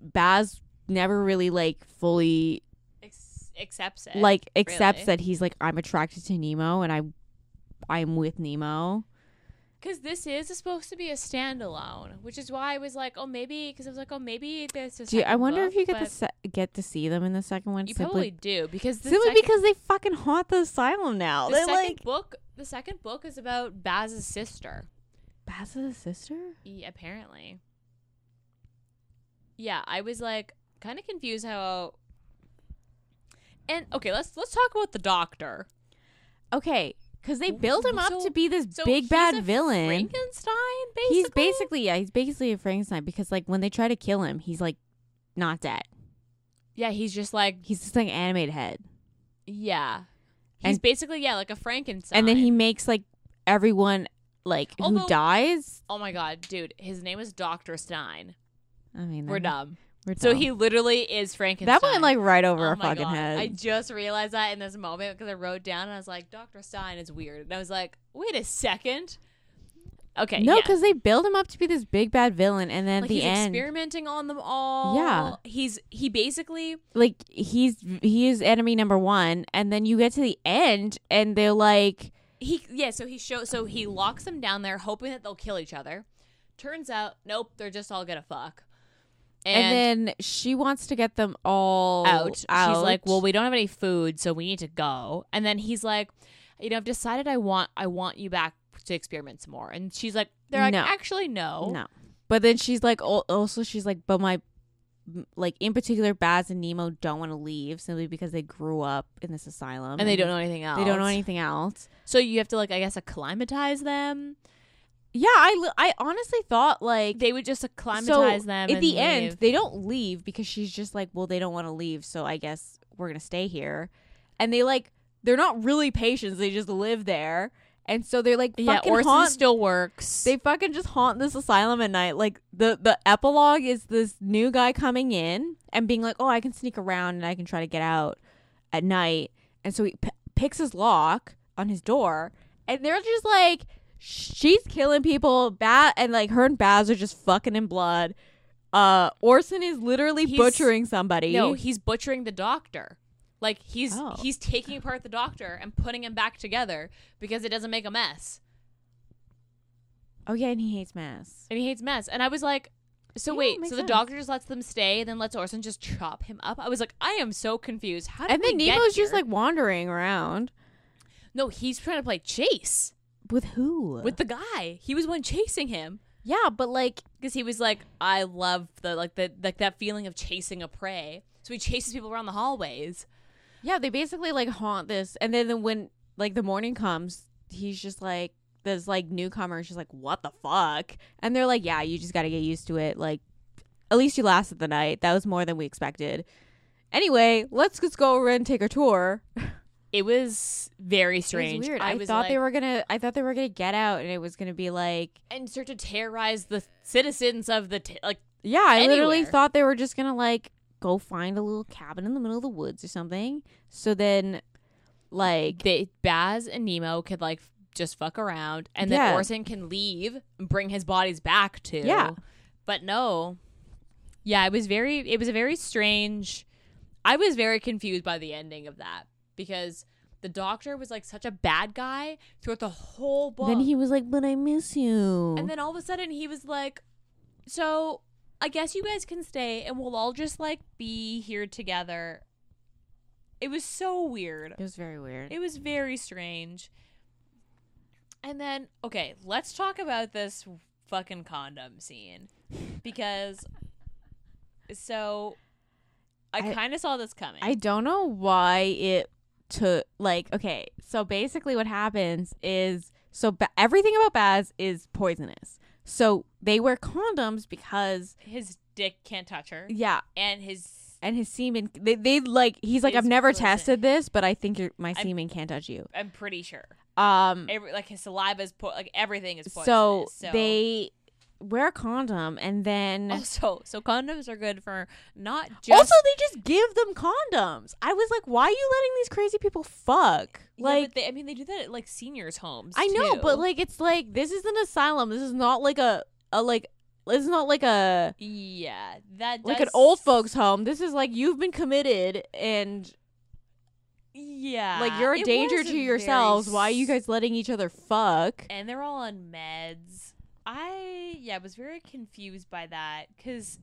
[SPEAKER 1] Baz never really like fully
[SPEAKER 2] Ex- accepts it
[SPEAKER 1] like accepts
[SPEAKER 2] Eh, really.
[SPEAKER 1] that he's like, "I'm attracted to Nemo, and I, I'm with Nemo."
[SPEAKER 2] because this is supposed to be a standalone, which is why I was like oh maybe because I was like oh maybe there's a
[SPEAKER 1] Do you, I
[SPEAKER 2] second
[SPEAKER 1] wonder
[SPEAKER 2] book,
[SPEAKER 1] if you get
[SPEAKER 2] but
[SPEAKER 1] to se- get to see them in the second one?
[SPEAKER 2] you probably
[SPEAKER 1] simply-
[SPEAKER 2] do because the
[SPEAKER 1] simply
[SPEAKER 2] second-
[SPEAKER 1] because they fucking haunt the asylum now.
[SPEAKER 2] The
[SPEAKER 1] They're
[SPEAKER 2] second
[SPEAKER 1] like
[SPEAKER 2] book, the second book is about Baz's sister.
[SPEAKER 1] Baz's sister.
[SPEAKER 2] Yeah, E, apparently. Yeah, I was like kind of confused how. And okay, let's let's talk about the doctor.
[SPEAKER 1] Okay, because they
[SPEAKER 2] W-
[SPEAKER 1] build him up
[SPEAKER 2] so-
[SPEAKER 1] to be this
[SPEAKER 2] So
[SPEAKER 1] big
[SPEAKER 2] he's
[SPEAKER 1] bad
[SPEAKER 2] a
[SPEAKER 1] villain.
[SPEAKER 2] Frankenstein. Basically,
[SPEAKER 1] He's basically yeah, he's basically a Frankenstein because like when they try to kill him, he's like not dead.
[SPEAKER 2] yeah. He's just like
[SPEAKER 1] He's just like an animated head,
[SPEAKER 2] yeah. He's
[SPEAKER 1] And-
[SPEAKER 2] basically yeah like a Frankenstein.
[SPEAKER 1] and then he makes like everyone like who
[SPEAKER 2] Although-
[SPEAKER 1] dies.
[SPEAKER 2] Oh my god, dude, his name is Doctor Stein.
[SPEAKER 1] I mean,
[SPEAKER 2] We're
[SPEAKER 1] that-
[SPEAKER 2] dumb.
[SPEAKER 1] We're
[SPEAKER 2] So
[SPEAKER 1] dumb.
[SPEAKER 2] he literally is Frankenstein.
[SPEAKER 1] Oh. that went like right over
[SPEAKER 2] Oh
[SPEAKER 1] our
[SPEAKER 2] my
[SPEAKER 1] fucking
[SPEAKER 2] God.
[SPEAKER 1] head.
[SPEAKER 2] I just realized that in this moment because I wrote down and I was like, Dr. Stein is weird. And I was like, wait a second. Okay.
[SPEAKER 1] no,
[SPEAKER 2] yeah.
[SPEAKER 1] because they build him up to be this big bad villain, and then at
[SPEAKER 2] like
[SPEAKER 1] the
[SPEAKER 2] he's
[SPEAKER 1] end,
[SPEAKER 2] experimenting on them all.
[SPEAKER 1] Yeah.
[SPEAKER 2] He's he basically
[SPEAKER 1] like he's he is enemy number one, and then you get to the end, and they're like,
[SPEAKER 2] he yeah, so he shows so he locks them down there hoping that they'll kill each other. Turns out, nope, they're just all gonna fuck.
[SPEAKER 1] and,
[SPEAKER 2] And,
[SPEAKER 1] then she wants to get them all
[SPEAKER 2] out.
[SPEAKER 1] out.
[SPEAKER 2] She's like, "Well, we don't have any food, so we need to go." And then he's like, "You know, I've decided I want I want you back to experiment some more." And she's like, "They're like,
[SPEAKER 1] No.
[SPEAKER 2] actually, no,
[SPEAKER 1] No. But then she's like, al- also she's like, but my, m- like in particular, Baz and Nemo don't want to leave simply because they grew up in this asylum
[SPEAKER 2] and they don't know anything else.
[SPEAKER 1] they don't know anything else.
[SPEAKER 2] So you have to like, I guess, acclimatize them.
[SPEAKER 1] Yeah, I li- I honestly thought like
[SPEAKER 2] They would just acclimatize
[SPEAKER 1] so
[SPEAKER 2] them
[SPEAKER 1] at
[SPEAKER 2] and
[SPEAKER 1] the end.
[SPEAKER 2] leave.
[SPEAKER 1] They don't leave because she's just like, well, they don't want to leave, so I guess we're gonna stay here. And they like they're not really patients; they just live there, and so they're like
[SPEAKER 2] yeah,
[SPEAKER 1] fucking
[SPEAKER 2] Orson
[SPEAKER 1] haunt
[SPEAKER 2] still works.
[SPEAKER 1] They fucking just haunt this asylum at night. Like the the epilogue is this new guy coming in and being like, "Oh, I can sneak around and I can try to get out at night." And so he p- picks his lock on his door, and they're just like, "She's killing people." Bat and like her and Baz are just fucking in blood. Uh, Orson is literally
[SPEAKER 2] He's-
[SPEAKER 1] butchering somebody.
[SPEAKER 2] no, he's butchering the doctor. Like he's
[SPEAKER 1] Oh.
[SPEAKER 2] he's taking apart the doctor and putting him back together because it doesn't make a mess.
[SPEAKER 1] oh yeah, and he hates mass.
[SPEAKER 2] and he hates mess. And I was like, so
[SPEAKER 1] Yeah,
[SPEAKER 2] wait,
[SPEAKER 1] makes
[SPEAKER 2] so the
[SPEAKER 1] sense.
[SPEAKER 2] doctor just lets them stay, then lets Orson just chop him up. I was like, I am so confused. How did
[SPEAKER 1] And then
[SPEAKER 2] we get
[SPEAKER 1] Nemo's just
[SPEAKER 2] here?
[SPEAKER 1] like wandering around
[SPEAKER 2] no, he's trying to play chase
[SPEAKER 1] with who?
[SPEAKER 2] with the guy. He was one chasing him
[SPEAKER 1] yeah, but like
[SPEAKER 2] because he was like, I love the like the like that feeling of chasing a prey. So he chases people around the hallways.
[SPEAKER 1] Yeah, they basically like haunt this, and then when like the morning comes, he's just like this like newcomer. She's like, "What the fuck?" And they're like, "Yeah, you just got to get used to it. Like, at least you lasted the night. That was more than we expected." Anyway, let's just go over and take a tour.
[SPEAKER 2] It was very strange.
[SPEAKER 1] It was weird. I,
[SPEAKER 2] I, was
[SPEAKER 1] thought they
[SPEAKER 2] like-
[SPEAKER 1] were gonna. I thought they were gonna get out, and it was gonna be like,
[SPEAKER 2] and start to terrorize the citizens of the t- like.
[SPEAKER 1] yeah. I literally
[SPEAKER 2] Anywhere.
[SPEAKER 1] thought they were just gonna like go find a little cabin in the middle of the woods or something. So then, like,
[SPEAKER 2] They, Baz and Nemo could like f- just fuck around, and then
[SPEAKER 1] Yeah.
[SPEAKER 2] Orson can leave and bring his bodies back to.
[SPEAKER 1] Yeah.
[SPEAKER 2] but no, yeah, it was very. It was a very strange. I was very confused by the ending of that because the doctor was like such a bad guy throughout the whole book.
[SPEAKER 1] then he was like, "But I miss you."
[SPEAKER 2] and then all of a sudden he was like, "So I guess you guys can stay, and we'll all just like be here together." It was so weird.
[SPEAKER 1] It was very weird.
[SPEAKER 2] It was very strange. And then, okay, let's talk about this fucking condom scene because so I,
[SPEAKER 1] I-
[SPEAKER 2] kind of saw this coming.
[SPEAKER 1] I don't know why it took like okay. So basically, what happens is so ba- everything about Baz is poisonous. So they wear condoms because
[SPEAKER 2] his dick can't touch her,
[SPEAKER 1] yeah,
[SPEAKER 2] and his
[SPEAKER 1] and his semen they, they like he's like I've
[SPEAKER 2] It's
[SPEAKER 1] never
[SPEAKER 2] poison.
[SPEAKER 1] tested this, but I think your my
[SPEAKER 2] I'm-
[SPEAKER 1] semen can't touch you.
[SPEAKER 2] I'm pretty sure
[SPEAKER 1] Um,
[SPEAKER 2] every like his saliva is po- like everything is
[SPEAKER 1] so,
[SPEAKER 2] poisonous. So,
[SPEAKER 1] they wear a condom and then.
[SPEAKER 2] also so condoms are good for not just
[SPEAKER 1] also, they just give them condoms. I was like, "Why are you letting these crazy people fuck?"
[SPEAKER 2] Yeah, but
[SPEAKER 1] Like,
[SPEAKER 2] they, I mean they do that at like seniors' homes.
[SPEAKER 1] I know, but
[SPEAKER 2] too.
[SPEAKER 1] like it's like this is an asylum. This is not like a a like this is not like a
[SPEAKER 2] yeah, that
[SPEAKER 1] like an
[SPEAKER 2] does-
[SPEAKER 1] old folks home. This is like you've been committed and
[SPEAKER 2] Yeah.
[SPEAKER 1] like you're a
[SPEAKER 2] it
[SPEAKER 1] danger
[SPEAKER 2] was a
[SPEAKER 1] to
[SPEAKER 2] very
[SPEAKER 1] yourselves. Why are you
[SPEAKER 2] s-
[SPEAKER 1] guys letting each other fuck?
[SPEAKER 2] And they're all on meds. I yeah, was very confused by that cuz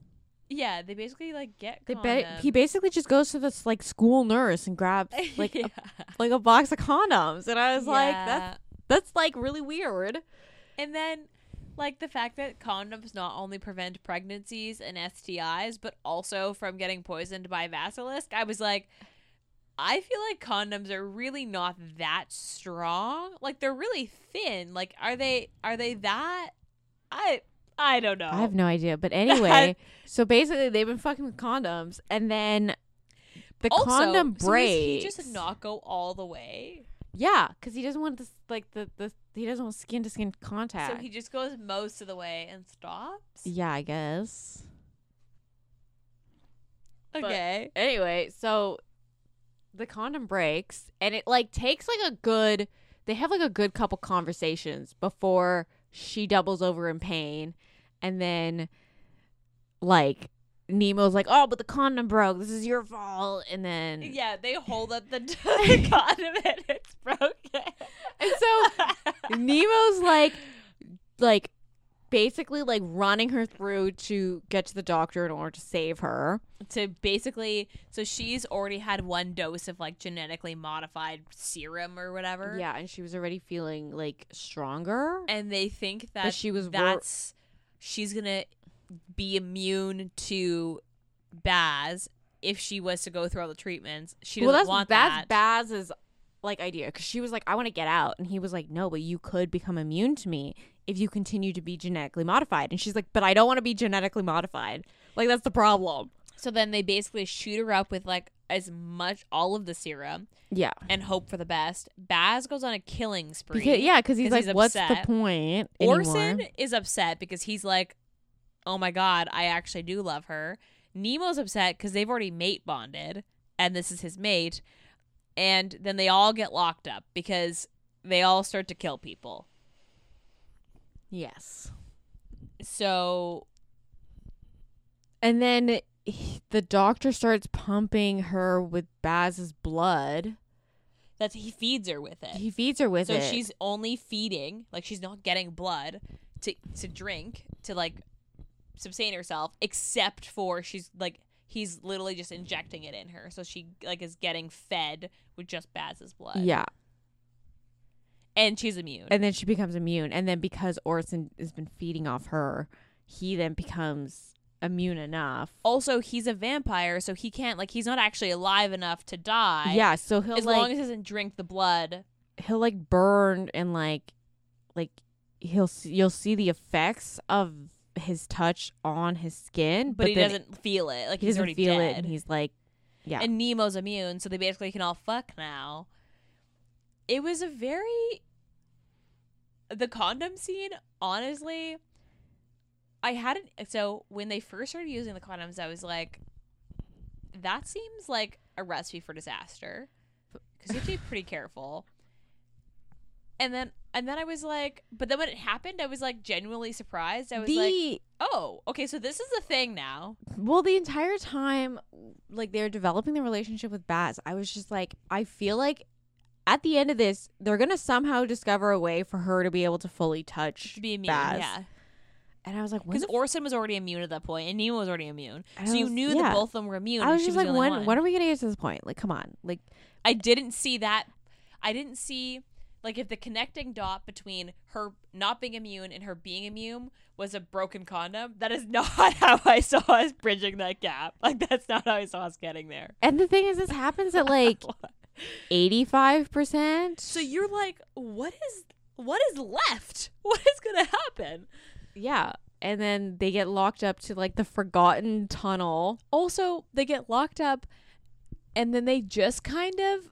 [SPEAKER 2] yeah, they basically like get
[SPEAKER 1] They
[SPEAKER 2] bet
[SPEAKER 1] ba- he basically just goes to this like school nurse and grabs like a, like a box of condoms, and I was like, that's that's like really weird.
[SPEAKER 2] And then like the fact that condoms not only prevent pregnancies and STIs but also from getting poisoned by Basilisk, I was like I feel like condoms are really not that strong. Like they're really thin. Like are they are they that I I don't know.
[SPEAKER 1] I have no idea, but anyway, so basically they've been fucking with condoms, and then the
[SPEAKER 2] also,
[SPEAKER 1] condom
[SPEAKER 2] So does
[SPEAKER 1] breaks.
[SPEAKER 2] he just not go all the way?
[SPEAKER 1] Yeah, because he doesn't want this like the the he doesn't want skin to skin contact.
[SPEAKER 2] So he just goes most of the way and stops.
[SPEAKER 1] yeah, I guess.
[SPEAKER 2] Okay.
[SPEAKER 1] Anyway, so the condom breaks, and it like takes like a good. They have like a good couple conversations before she doubles over in pain, and then like Nemo's like, "Oh, but the condom broke. This is your fault." And then
[SPEAKER 2] Yeah, they hold up the, the condom and it's broken.
[SPEAKER 1] and so Nemo's like, like basically like running her through to get to the doctor in order to save her.
[SPEAKER 2] to basically, so she's already had one dose of like genetically modified serum or whatever.
[SPEAKER 1] Yeah, and she was already feeling like stronger.
[SPEAKER 2] And they think
[SPEAKER 1] but
[SPEAKER 2] that
[SPEAKER 1] she was wor-
[SPEAKER 2] that's she's gonna be immune to Baz if she was to go through all the treatments. She doesn't
[SPEAKER 1] well, that's
[SPEAKER 2] want
[SPEAKER 1] that's
[SPEAKER 2] that.
[SPEAKER 1] Baz's like idea because she was like, I want to get out, and he was like, No, but you could become immune to me if you continue to be genetically modified. And she's like, But I don't want to be genetically modified. Like that's the problem.
[SPEAKER 2] So then they basically shoot her up with like as much all of the serum
[SPEAKER 1] Yeah,
[SPEAKER 2] and hope for the best. Baz goes on a killing spree.
[SPEAKER 1] because yeah, because he's
[SPEAKER 2] 'Cause
[SPEAKER 1] like,
[SPEAKER 2] he's
[SPEAKER 1] What's the
[SPEAKER 2] upset.
[SPEAKER 1] point?
[SPEAKER 2] Orson
[SPEAKER 1] anymore?"
[SPEAKER 2] is upset because he's like, "Oh my god, I actually do love her." Nemo's upset because they've already mate bonded, and this is his mate. And then they all get locked up because they all start to kill people.
[SPEAKER 1] Yes.
[SPEAKER 2] So
[SPEAKER 1] And then he- the doctor starts pumping her with Baz's blood.
[SPEAKER 2] that's he feeds her with it.
[SPEAKER 1] He feeds her with
[SPEAKER 2] so
[SPEAKER 1] it.
[SPEAKER 2] she's only feeding, like she's not getting blood to to drink to like sustain herself, except for she's like he's literally just injecting it in her. So she like is getting fed with just Baz's blood.
[SPEAKER 1] yeah,
[SPEAKER 2] and she's immune.
[SPEAKER 1] and then she becomes immune, and then because Orson has been feeding off her, he then becomes immune enough.
[SPEAKER 2] also, he's a vampire, so he can't like he's not actually alive enough to die.
[SPEAKER 1] yeah, so he'll
[SPEAKER 2] as
[SPEAKER 1] like
[SPEAKER 2] long as he doesn't drink the blood.
[SPEAKER 1] he'll like burn and like like he'll see, you'll see the effects of his touch on his skin,
[SPEAKER 2] But,
[SPEAKER 1] but,
[SPEAKER 2] he
[SPEAKER 1] then
[SPEAKER 2] doesn't feel it. Like
[SPEAKER 1] He
[SPEAKER 2] he's
[SPEAKER 1] doesn't
[SPEAKER 2] already
[SPEAKER 1] feel it,
[SPEAKER 2] dead.
[SPEAKER 1] and he's like, yeah,
[SPEAKER 2] and Nemo's immune, so they basically can all fuck now. It was a very the condom scene, honestly. I hadn't so when they first started using the condoms, I was like, that seems like a recipe for disaster because you have to be pretty careful. And then and then I was like, but then when it happened, I was like genuinely surprised. I was
[SPEAKER 1] the
[SPEAKER 2] like, oh, okay, so this is a thing now.
[SPEAKER 1] Well, the entire time, like they're developing the relationship with Baz, I was just like, I feel like at the end of this, they're gonna somehow discover a way for her to be able to fully touch
[SPEAKER 2] To be immune,
[SPEAKER 1] Baz.
[SPEAKER 2] yeah.
[SPEAKER 1] And I was like, when
[SPEAKER 2] Because
[SPEAKER 1] the
[SPEAKER 2] Orson was already immune at that point, and Nemo was already immune,
[SPEAKER 1] And
[SPEAKER 2] so
[SPEAKER 1] I
[SPEAKER 2] you
[SPEAKER 1] was-
[SPEAKER 2] knew
[SPEAKER 1] yeah.
[SPEAKER 2] that both of them were immune.
[SPEAKER 1] f- I
[SPEAKER 2] and
[SPEAKER 1] was
[SPEAKER 2] she
[SPEAKER 1] just
[SPEAKER 2] was
[SPEAKER 1] like,
[SPEAKER 2] the only
[SPEAKER 1] when
[SPEAKER 2] one.
[SPEAKER 1] when are we gonna get to this point? Like, come on, like
[SPEAKER 2] I didn't see that. I didn't see like if the connecting dot between her not being immune and her being immune was a broken condom. That is not how I saw us bridging that gap. Like that's not how I saw us getting there.
[SPEAKER 1] And the thing is, this happens at like eighty five percent.
[SPEAKER 2] So you're like, what is what is left? What is gonna happen?
[SPEAKER 1] yeah, and then they get locked up to like the forgotten tunnel.
[SPEAKER 2] also they get locked up and then they just kind of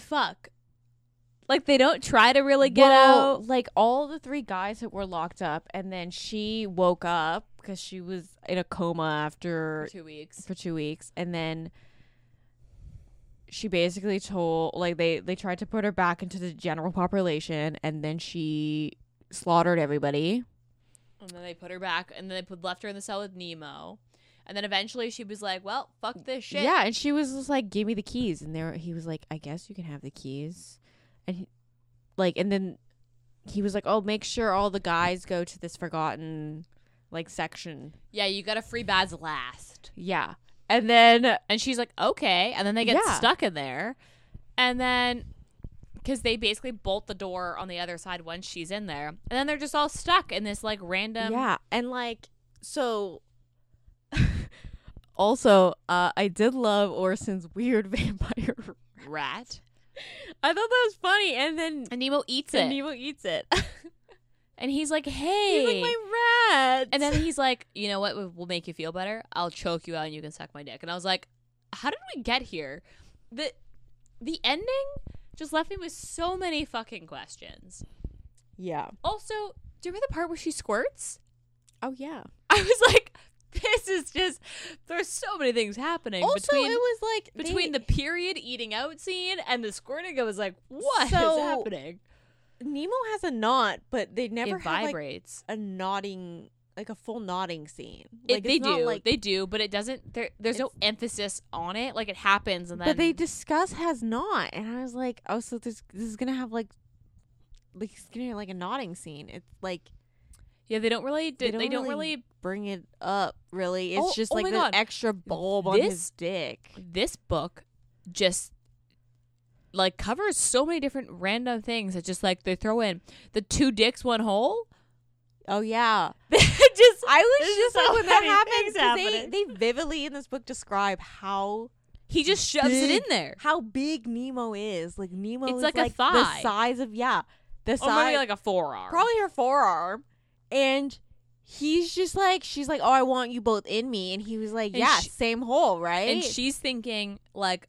[SPEAKER 2] fuck like they don't try to really get
[SPEAKER 1] Well,
[SPEAKER 2] out
[SPEAKER 1] Like all the three guys that were locked up, and then she woke up because she was in a coma after
[SPEAKER 2] two weeks
[SPEAKER 1] for two weeks, and then she basically told like they they tried to put her back into the general population, and then she slaughtered everybody.
[SPEAKER 2] and then they put her back and then they put left her in the cell with nemo and then eventually she was like well fuck this shit
[SPEAKER 1] Yeah, and she was just like, "Give me the keys," and there he was like, "I guess you can have the keys," and he, like, and then he was like, "Oh, make sure all the guys go to this forgotten like section."
[SPEAKER 2] yeah you got a free bad's last
[SPEAKER 1] Yeah, and then
[SPEAKER 2] and she's like okay and then they get
[SPEAKER 1] Yeah.
[SPEAKER 2] stuck in there and then because they basically bolt the door on the other side once she's in there and then they're just all stuck in this like random
[SPEAKER 1] yeah, and like so. also, uh, I did love Orson's weird vampire.
[SPEAKER 2] rat.
[SPEAKER 1] I thought that was funny, and then
[SPEAKER 2] And Nemo eats it.
[SPEAKER 1] and Nemo eats it.
[SPEAKER 2] and he's like,
[SPEAKER 1] He's
[SPEAKER 2] hey.
[SPEAKER 1] like my rat.
[SPEAKER 2] and then he's like, you know what will will make you feel better? I'll choke you out and you can suck my dick. And I was like, how did we get here? The the ending just left me with so many fucking questions.
[SPEAKER 1] yeah.
[SPEAKER 2] Also, do you remember the part where she squirts?
[SPEAKER 1] Oh yeah.
[SPEAKER 2] I was like, this is just there's so many things happening
[SPEAKER 1] Also,
[SPEAKER 2] between
[SPEAKER 1] it was like
[SPEAKER 2] between
[SPEAKER 1] they-
[SPEAKER 2] the period eating out scene and the squirting. I was like, what is
[SPEAKER 1] So-
[SPEAKER 2] happening?
[SPEAKER 3] Nemo has a knot, but they never
[SPEAKER 2] it
[SPEAKER 3] have like
[SPEAKER 2] vibrates.
[SPEAKER 3] a nodding, like a full nodding scene.
[SPEAKER 2] It-
[SPEAKER 3] Like
[SPEAKER 2] they
[SPEAKER 3] it's not
[SPEAKER 2] do,
[SPEAKER 3] like
[SPEAKER 2] they do, but it doesn't. There, there's no emphasis on it. Like it happens, and then
[SPEAKER 1] but they discuss has not, and I was like, oh, so this this is gonna have like, like it's gonna be like a nodding scene. It's like
[SPEAKER 2] yeah, they don't really.
[SPEAKER 1] They
[SPEAKER 2] They don't,
[SPEAKER 1] don't really-
[SPEAKER 2] really.
[SPEAKER 1] bring it up, really. It's
[SPEAKER 2] Oh-
[SPEAKER 1] just
[SPEAKER 2] oh
[SPEAKER 1] like
[SPEAKER 2] my
[SPEAKER 1] an
[SPEAKER 2] God.
[SPEAKER 1] extra bulb on
[SPEAKER 2] This-
[SPEAKER 1] his dick.
[SPEAKER 2] This book just like covers so many different random things that just like they throw in the two dicks, one hole.
[SPEAKER 1] Oh yeah,
[SPEAKER 2] just
[SPEAKER 1] I was
[SPEAKER 3] There's
[SPEAKER 1] just
[SPEAKER 3] just
[SPEAKER 1] like
[SPEAKER 3] so
[SPEAKER 1] when that
[SPEAKER 3] many things
[SPEAKER 1] happens, 'cause
[SPEAKER 3] happening.
[SPEAKER 1] they they vividly in this book describe how
[SPEAKER 2] he just shoves it in there.
[SPEAKER 1] how big Nemo is. Like Nemo
[SPEAKER 2] It's
[SPEAKER 1] is
[SPEAKER 2] like
[SPEAKER 1] like,
[SPEAKER 2] a thigh. Oh
[SPEAKER 1] the size of yeah, the
[SPEAKER 2] Or maybe
[SPEAKER 1] size
[SPEAKER 2] like a forearm.
[SPEAKER 1] probably her forearm, and he's just like she's like oh I want you both in me, and he was like
[SPEAKER 2] And
[SPEAKER 1] yeah
[SPEAKER 2] she-
[SPEAKER 1] same hole right
[SPEAKER 2] and she's thinking like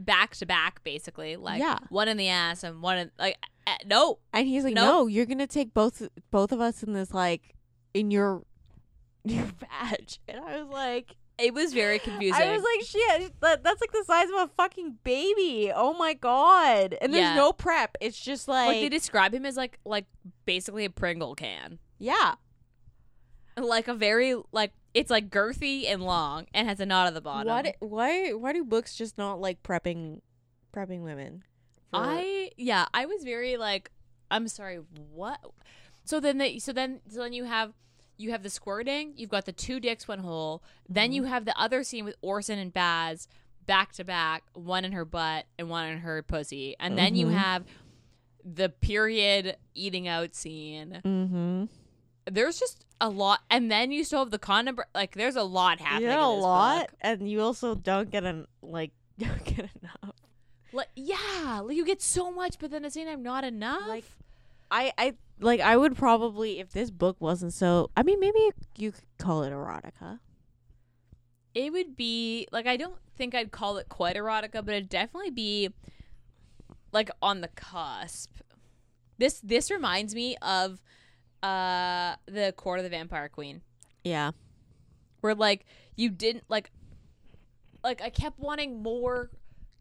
[SPEAKER 2] back to back, basically, like
[SPEAKER 1] Yeah.
[SPEAKER 2] one in the ass and one in like uh, no.
[SPEAKER 1] And he's like,
[SPEAKER 2] No.
[SPEAKER 1] "No, you're gonna take both both of us in this like in your your badge." And I was like,
[SPEAKER 2] It was very confusing.
[SPEAKER 1] I was like, "Shit, that, that's like the size of a fucking baby." Oh my god! And there's
[SPEAKER 2] Yeah.
[SPEAKER 1] no prep. It's just like,
[SPEAKER 2] Like, they describe him as like like basically a Pringle can,
[SPEAKER 1] yeah,
[SPEAKER 2] like a very like it's like girthy and long and has a knot at the bottom.
[SPEAKER 3] What? Why? Why do books just not like prepping, prepping women? for-
[SPEAKER 2] I yeah, I was very like, I'm sorry, what? So then they so then so then you have you have the squirting, you've got the two dicks, one hole. Then you have the other scene with Orson and Baz back to back, one in her butt and one in her pussy, and then you
[SPEAKER 1] Mhm.
[SPEAKER 2] have the period eating out scene.
[SPEAKER 1] mm-hmm.
[SPEAKER 2] There's just a lot, and then you still have the condom. br- Like there's a lot
[SPEAKER 3] You
[SPEAKER 2] happening.
[SPEAKER 3] get a
[SPEAKER 2] in this
[SPEAKER 3] lot,
[SPEAKER 2] book.
[SPEAKER 3] and you also don't get an like don't get enough.
[SPEAKER 2] Like, yeah, like you get so much, but then at the same time, not enough.
[SPEAKER 3] Like,
[SPEAKER 1] I I like I would probably if this book wasn't so. I mean, maybe you could call it erotica.
[SPEAKER 2] it would be like I don't think I'd call it quite erotica, but it'd definitely be like on the cusp. This this reminds me of uh the Court of the Vampire Queen,
[SPEAKER 1] Yeah,
[SPEAKER 2] where like you didn't like like I kept wanting more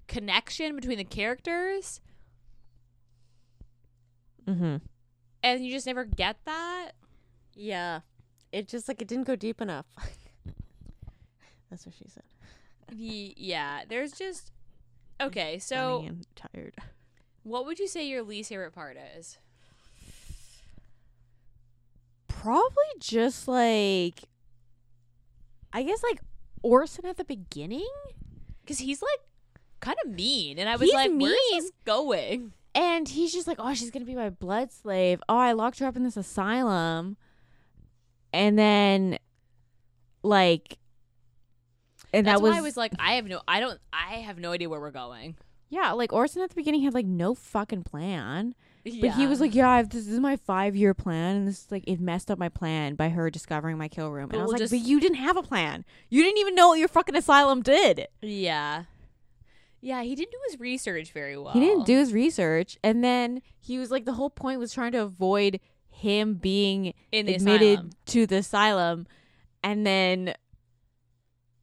[SPEAKER 2] connection between the characters,
[SPEAKER 1] mm-hmm.
[SPEAKER 2] and you just never get that.
[SPEAKER 1] yeah. It just like it didn't go deep enough. that's what she said.
[SPEAKER 2] The, yeah, there's just okay.
[SPEAKER 1] So
[SPEAKER 2] So,
[SPEAKER 1] I'm tired.
[SPEAKER 2] what would you say your least favorite part is?
[SPEAKER 1] probably just like I guess like Orson at the beginning
[SPEAKER 2] Because he's like kind of mean, and I was
[SPEAKER 1] He's
[SPEAKER 2] like, where
[SPEAKER 1] mean.
[SPEAKER 2] is this going?
[SPEAKER 1] and he's just like, "Oh, she's going to be my blood slave. Oh, I locked her up in this asylum." And then like and
[SPEAKER 2] That's
[SPEAKER 1] that was,
[SPEAKER 2] why I was like, I have no, I don't, I have no idea where we're going.
[SPEAKER 1] yeah, like Orson at the beginning had like no fucking plan,
[SPEAKER 2] Yeah.
[SPEAKER 1] but he was like, "Yeah, I have, this is my five year plan, and this is like it messed up my plan by her discovering my kill room." And
[SPEAKER 2] But
[SPEAKER 1] I was
[SPEAKER 2] we'll
[SPEAKER 1] like,
[SPEAKER 2] just-
[SPEAKER 1] "But you didn't have a plan. You didn't even know what your fucking asylum did."
[SPEAKER 2] yeah, yeah, he didn't do his research very well.
[SPEAKER 1] He didn't do his research, and then he was like, the whole point was trying to avoid him being
[SPEAKER 2] in the
[SPEAKER 1] admitted
[SPEAKER 2] asylum.
[SPEAKER 1] to the asylum, and then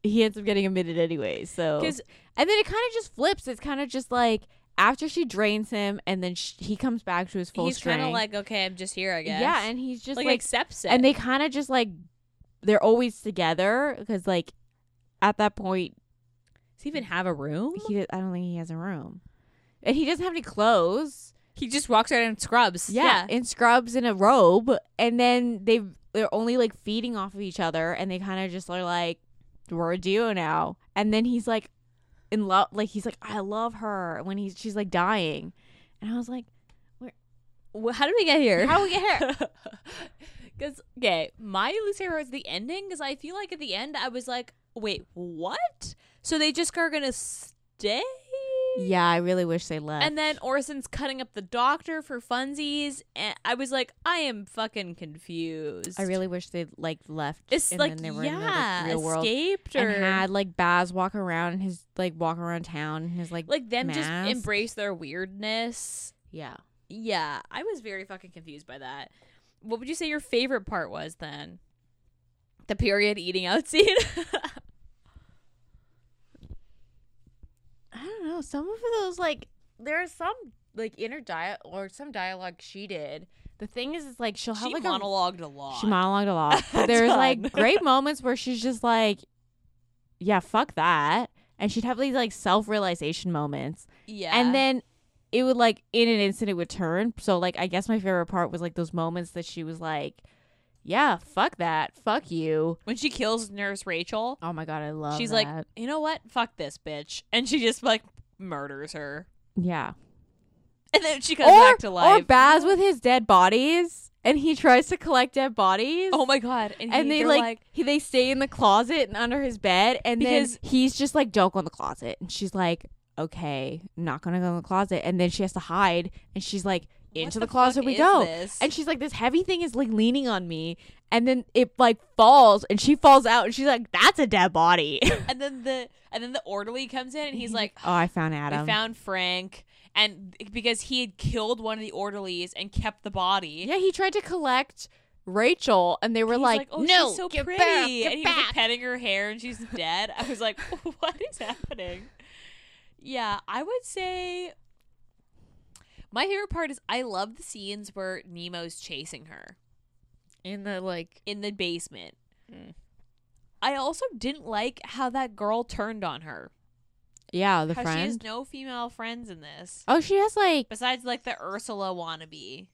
[SPEAKER 1] he ends up getting admitted anyway. So,
[SPEAKER 2] 'Cause-
[SPEAKER 1] and then it kind of just flips. It's kind of just like after she drains him, and then sh- he comes back to his full
[SPEAKER 2] He's
[SPEAKER 1] strength.
[SPEAKER 2] kind of like, okay, I'm just here, I guess.
[SPEAKER 1] yeah, and he's just
[SPEAKER 2] like,
[SPEAKER 1] like,
[SPEAKER 2] accepts it.
[SPEAKER 1] and they kind of just like they're always together because like at that point
[SPEAKER 2] does he even have a room?
[SPEAKER 1] he I don't think he has a room, and he doesn't have any clothes.
[SPEAKER 2] He just walks around in scrubs.
[SPEAKER 1] yeah, in scrubs and a robe and then they they're only like feeding off of each other and they kind of just are like we're a duo now and then he's like in love like he's like i love her when he's she's like dying and i was like
[SPEAKER 2] Wh- How did we get here?
[SPEAKER 1] how do we get here
[SPEAKER 2] Because okay, my least favorite was the ending. Because I feel like at the end, I was like, wait, what? So they just are gonna stay?
[SPEAKER 1] yeah i really wish they left
[SPEAKER 2] And then Orson's cutting up the doctor for funsies, and I was like, I am fucking confused.
[SPEAKER 1] i really wish they like left
[SPEAKER 2] it's
[SPEAKER 1] and
[SPEAKER 2] like
[SPEAKER 1] then they were
[SPEAKER 2] yeah,
[SPEAKER 1] in the like, real world
[SPEAKER 2] escaped or
[SPEAKER 1] and had like baz walk around and his like walk around town and his like,
[SPEAKER 2] like them
[SPEAKER 1] mask.
[SPEAKER 2] just embrace their weirdness.
[SPEAKER 1] yeah
[SPEAKER 2] Yeah, I was very fucking confused by that. What would you say your favorite part was then? The period eating out scene.
[SPEAKER 1] I don't know. Some of those like there are some like inner dial or some dialogue she did. The thing is, it's like she'll have
[SPEAKER 2] she
[SPEAKER 1] like a
[SPEAKER 2] monologued a lot.
[SPEAKER 1] She monologued a lot. But There's
[SPEAKER 2] Done.
[SPEAKER 1] like great moments where she's just like, yeah, fuck that. And she'd have these like self realization moments.
[SPEAKER 2] yeah.
[SPEAKER 1] And then it would like in an instant it would turn. So like I guess my favorite part was like those moments that she was like, Yeah, fuck that. Fuck you.
[SPEAKER 2] when she kills Nurse Rachel,
[SPEAKER 1] Oh my god, I love
[SPEAKER 2] she's
[SPEAKER 1] that.
[SPEAKER 2] like, you know what? Fuck this bitch, and she just like murders her,
[SPEAKER 1] Yeah.
[SPEAKER 2] and then she comes back to life.
[SPEAKER 1] Or Baz with his dead bodies and he tries to collect dead bodies.
[SPEAKER 2] oh my god! And,
[SPEAKER 1] and
[SPEAKER 2] he,
[SPEAKER 1] they
[SPEAKER 2] they're
[SPEAKER 1] like, he, they stay in the closet and under his bed and
[SPEAKER 2] Because-
[SPEAKER 1] then he's just like don't go in the closet and she's like okay not gonna go in the closet and then she has to hide and she's like
[SPEAKER 2] "What
[SPEAKER 1] into
[SPEAKER 2] the
[SPEAKER 1] the, closet
[SPEAKER 2] fuck
[SPEAKER 1] we
[SPEAKER 2] is
[SPEAKER 1] go
[SPEAKER 2] this?"
[SPEAKER 1] and she's like this heavy thing is like leaning on me and then it like falls and she falls out and she's like that's a dead body
[SPEAKER 2] and then the and then the orderly comes in, and he's like,
[SPEAKER 1] oh i found
[SPEAKER 2] "I
[SPEAKER 1] adam
[SPEAKER 2] found Frank," and because he had killed one of the orderlies and kept the body,
[SPEAKER 1] yeah he tried to collect rachel and they were
[SPEAKER 2] He's
[SPEAKER 1] like,
[SPEAKER 2] oh,
[SPEAKER 1] no
[SPEAKER 2] she's so
[SPEAKER 1] get
[SPEAKER 2] pretty.
[SPEAKER 1] back,
[SPEAKER 2] and
[SPEAKER 1] get
[SPEAKER 2] he was
[SPEAKER 1] back.
[SPEAKER 2] like petting her hair, and she's dead. I was like, what is happening? Yeah, I would say my favorite part is I love the scenes where Nemo's chasing her
[SPEAKER 1] in the like
[SPEAKER 2] in the basement.
[SPEAKER 1] Mm.
[SPEAKER 2] I also didn't like how that girl turned on her.
[SPEAKER 1] yeah the
[SPEAKER 2] how she
[SPEAKER 1] friend
[SPEAKER 2] has no female friends in this,
[SPEAKER 1] oh she has like
[SPEAKER 2] besides like the Ursula wannabe.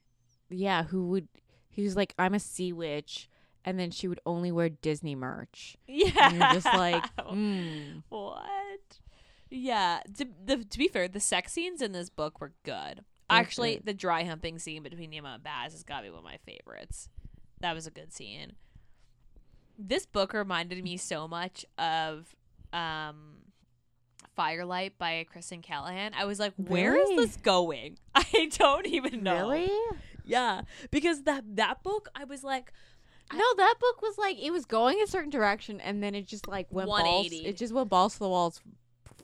[SPEAKER 1] yeah, who would he was like, I'm a sea witch, and then she would only wear Disney merch.
[SPEAKER 2] Yeah,
[SPEAKER 1] And you're just like, mm.
[SPEAKER 2] What? Yeah. To, the, to be fair, the sex scenes in this book were good. Actually,
[SPEAKER 1] good.
[SPEAKER 2] the dry humping scene between Nemo and Baz has got to be one of my favorites. That was a good scene. This book reminded me so much of um, Firelight by Kristen Callahan. I was like, where is
[SPEAKER 1] Really?
[SPEAKER 2] this going? I don't even know. Yeah. Because that, that book, I was like, I-
[SPEAKER 1] No, that book was like it was going a certain direction, and then it just like went balls.
[SPEAKER 2] 180'd.
[SPEAKER 1] It just went balls to the walls,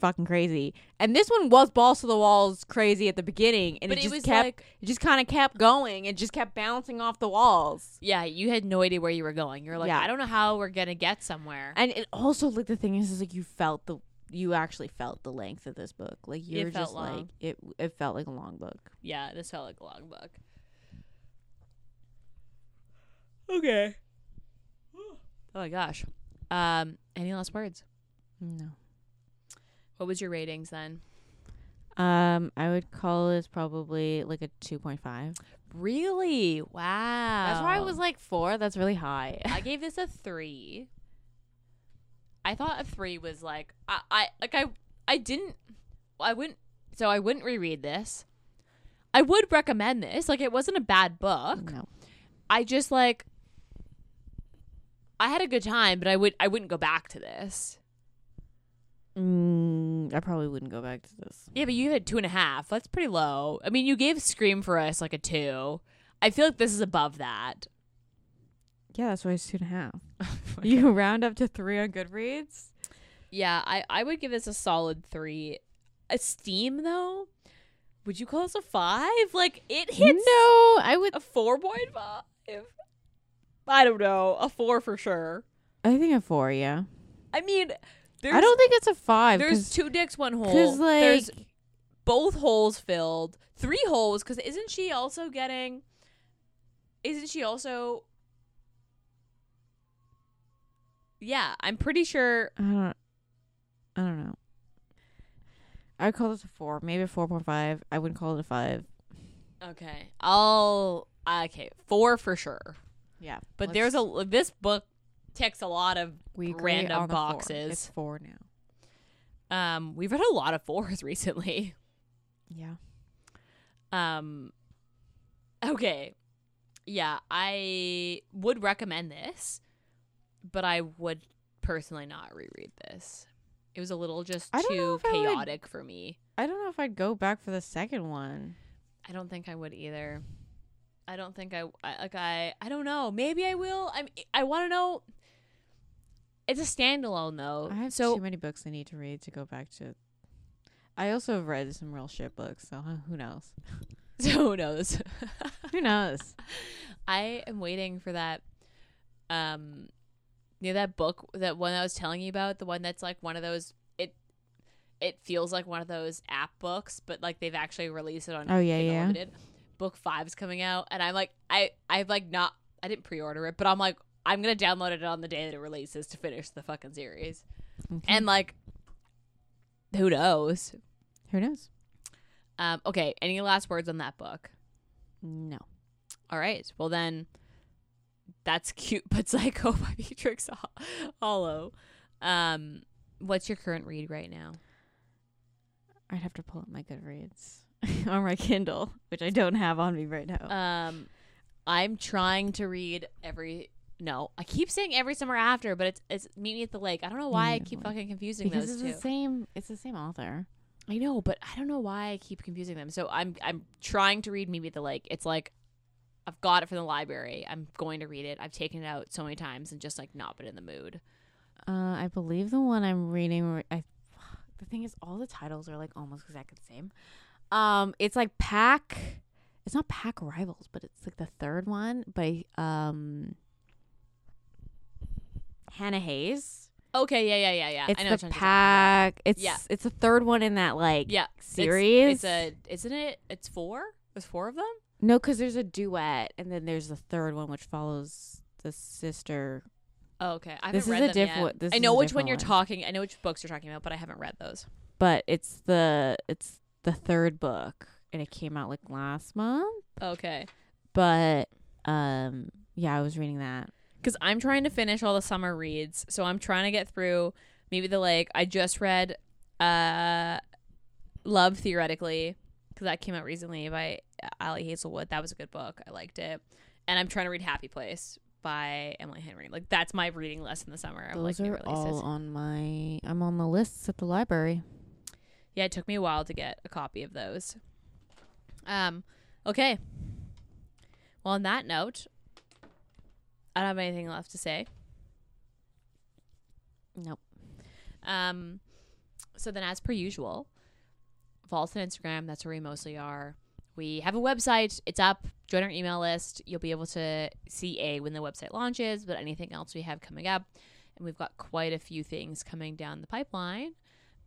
[SPEAKER 1] fucking crazy. And this one was balls to the walls crazy at the beginning, and
[SPEAKER 2] But
[SPEAKER 1] it
[SPEAKER 2] it
[SPEAKER 1] just
[SPEAKER 2] was
[SPEAKER 1] kept,
[SPEAKER 2] like-
[SPEAKER 1] it just kind of kept going, and just kept bouncing off the walls.
[SPEAKER 2] yeah, you had no idea where you were going. You're like,
[SPEAKER 1] Yeah.
[SPEAKER 2] I don't know how we're going to get somewhere.
[SPEAKER 1] And it also like the thing is, is like you felt the you actually felt the length of this book. Like you
[SPEAKER 2] It
[SPEAKER 1] were
[SPEAKER 2] felt
[SPEAKER 1] just
[SPEAKER 2] long.
[SPEAKER 1] like it. It felt like a long book.
[SPEAKER 2] Yeah, this felt like a long book. Okay. Oh my gosh. Um, any last words?
[SPEAKER 1] No.
[SPEAKER 2] What was your ratings then?
[SPEAKER 1] Um, I would call this probably like a two point five.
[SPEAKER 2] Really? Wow.
[SPEAKER 1] That's why I was like four. That's really high.
[SPEAKER 2] I gave this a three. I thought a three was like I, I like I I didn't I wouldn't so I wouldn't reread this. I would recommend this. Like it wasn't a bad book.
[SPEAKER 1] No.
[SPEAKER 2] I just like I had a good time, but I would I wouldn't go back to this.
[SPEAKER 1] Mm, I probably wouldn't go back to this.
[SPEAKER 2] Yeah, but you had two and a half. That's pretty low. I mean, you gave Scream for us like a two. I feel like this is above that.
[SPEAKER 1] Yeah, that's why it's two and a half. You round up to three on Goodreads.
[SPEAKER 2] yeah, I I would give this a solid three. Esteem though, would you call this a five? Like it hits
[SPEAKER 1] no, I would.
[SPEAKER 2] a four point five. I don't know, a four for sure.
[SPEAKER 1] I think a four. Yeah,
[SPEAKER 2] I mean, there's
[SPEAKER 1] I don't think it's a five.
[SPEAKER 2] there's
[SPEAKER 1] There's
[SPEAKER 2] two dicks, one hole.
[SPEAKER 1] because like
[SPEAKER 2] there's both holes filled, three holes. Because isn't she also getting? Isn't she also? Yeah, I'm pretty sure.
[SPEAKER 1] I don't, I don't know. I would call this a four, maybe a four point five. I wouldn't call it a five.
[SPEAKER 2] Okay, I'll okay four for sure.
[SPEAKER 1] Yeah,
[SPEAKER 2] But there's a this book ticks a lot of.
[SPEAKER 1] we agree
[SPEAKER 2] random
[SPEAKER 1] on the four.
[SPEAKER 2] boxes.
[SPEAKER 1] It's four now.
[SPEAKER 2] Um, we've read a lot of fours recently.
[SPEAKER 1] Yeah.
[SPEAKER 2] Um, okay, yeah, I would recommend this, but I would personally not reread this. It was a little just
[SPEAKER 1] I don't know
[SPEAKER 2] too
[SPEAKER 1] if I would-
[SPEAKER 2] chaotic for me.
[SPEAKER 1] I don't know if I'd go back for the second one.
[SPEAKER 2] I don't think I would either. I don't think I, I like I I don't know. Maybe I will. I'm I want to know. It's a standalone though.
[SPEAKER 1] I have
[SPEAKER 2] so
[SPEAKER 1] too many books I need to read to go back to. I also have read some real shit books, so huh, who knows?
[SPEAKER 2] so who knows?
[SPEAKER 1] Who knows?
[SPEAKER 2] I am waiting for that. Um, you know that book, that one I was telling you about, the one that's like one of those. It it feels like one of those app books, but like they've actually released it on
[SPEAKER 1] Oh, yeah,
[SPEAKER 2] Kindle
[SPEAKER 1] yeah.
[SPEAKER 2] Unlimited. Book five's coming out, and I'm like, I I've like not I didn't pre-order it, but I'm like, I'm gonna download it on the day that it releases to finish the fucking series, and like, who knows?
[SPEAKER 1] Who knows?
[SPEAKER 2] Um, okay, any last words on that book?
[SPEAKER 1] No.
[SPEAKER 2] All right, well then, that's cute but psycho by Beatrix Hol- Hollow. Um, what's your current read right now?
[SPEAKER 1] I'd have to pull up my Goodreads on my Kindle, which I don't have on me right now.
[SPEAKER 2] Um, I'm trying to read every. No, I keep saying every summer after, but it's it's Meet Me at the Lake. I don't know why I
[SPEAKER 1] Yeah,
[SPEAKER 2] keep
[SPEAKER 1] like-
[SPEAKER 2] fucking confusing
[SPEAKER 1] because
[SPEAKER 2] those
[SPEAKER 1] it's
[SPEAKER 2] two.
[SPEAKER 1] the same. It's the same author.
[SPEAKER 2] I know, but I don't know why I keep confusing them. So I'm I'm trying to read Meet Me at the Lake. It's like I've got it from the library. I'm going to read it. I've taken it out so many times and just like not been in the mood.
[SPEAKER 1] Uh, I believe the one I'm reading. ri- I, the thing is, all the titles are like almost exactly the same. Um, it's like pack. It's not pack rivals, but it's like the third one by um Hannah Hayes.
[SPEAKER 2] Okay, yeah, yeah, yeah, yeah. I know
[SPEAKER 1] It's
[SPEAKER 2] which
[SPEAKER 1] the
[SPEAKER 2] one you're talking about.
[SPEAKER 1] pack. It's
[SPEAKER 2] Yeah.
[SPEAKER 1] it's the third one in that like
[SPEAKER 2] Yeah, it's- It's,
[SPEAKER 1] series.
[SPEAKER 2] a isn't it? It's four. There's four of them.
[SPEAKER 1] No, because there's a duet, and then there's the third one which follows the sister.
[SPEAKER 2] Oh, okay, I haven't
[SPEAKER 1] This is
[SPEAKER 2] read
[SPEAKER 1] a
[SPEAKER 2] them
[SPEAKER 1] diff-
[SPEAKER 2] yet.
[SPEAKER 1] this
[SPEAKER 2] I
[SPEAKER 1] is
[SPEAKER 2] know
[SPEAKER 1] a
[SPEAKER 2] which one
[SPEAKER 1] different
[SPEAKER 2] you're
[SPEAKER 1] one.
[SPEAKER 2] talking. I know which books you're talking about, but I haven't read those.
[SPEAKER 1] But it's the it's the third book, and it came out like last month.
[SPEAKER 2] Okay.
[SPEAKER 1] But um, yeah, I was reading that.
[SPEAKER 2] Because I'm trying to finish all the summer reads. So I'm trying to get through maybe the lake. I just read uh, Love Theoretically because that came out recently by Allie Hazelwood. That was a good book. I liked it. And I'm trying to read Happy Place by Emily Henry. Like, that's my reading list in the summer. I'm like,
[SPEAKER 1] Those
[SPEAKER 2] new
[SPEAKER 1] are
[SPEAKER 2] releases.
[SPEAKER 1] all on my. I'm on the lists at the library.
[SPEAKER 2] Yeah, it took me a while to get a copy of those. Um, okay. Well, on that note, I don't have anything left to say.
[SPEAKER 1] Nope.
[SPEAKER 2] Um, so then, as per usual, follow us on Instagram. That's where we mostly are. We have a website. It's up. Join our email list. You'll be able to see a when the website launches, but anything else we have coming up, and we've got quite a few things coming down the pipeline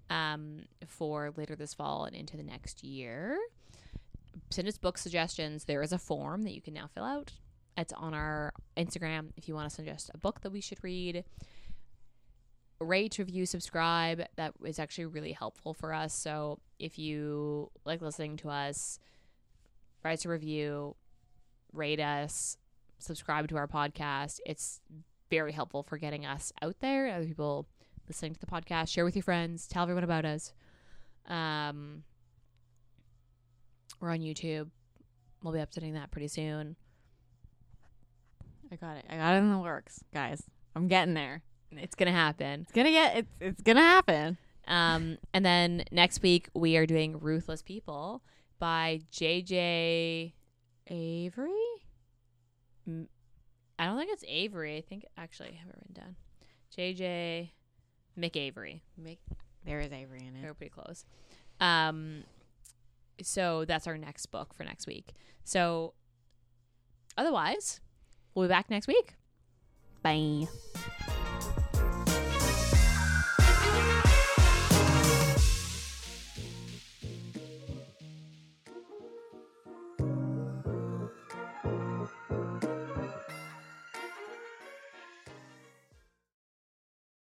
[SPEAKER 2] um, for later this fall and into the next year. Send us book suggestions. There is a form that you can now fill out. It's on our Instagram if you want to suggest a book that we should read rate, review, subscribe. That is actually really helpful for us. So if you like listening to us, write a review, rate us, subscribe to our podcast. It's very helpful for getting us out there, other people listening to the podcast. Share with your friends, tell everyone about us. Um, we're on YouTube. We'll be updating that pretty soon.
[SPEAKER 1] I got it. I got it in the works, guys. I'm getting there.
[SPEAKER 2] It's gonna happen.
[SPEAKER 1] It's gonna get. It's it's gonna happen.
[SPEAKER 2] Um, and then next week we are doing Ruthless People by JJ.
[SPEAKER 1] Avery.
[SPEAKER 2] I don't think it's Avery. I think actually I have it written down. JJ McAvery. Mc,
[SPEAKER 1] There is Avery in
[SPEAKER 2] they
[SPEAKER 1] it.
[SPEAKER 2] were pretty close. Um, so that's our next book for next week. So otherwise, we'll be back next week.
[SPEAKER 1] Bye.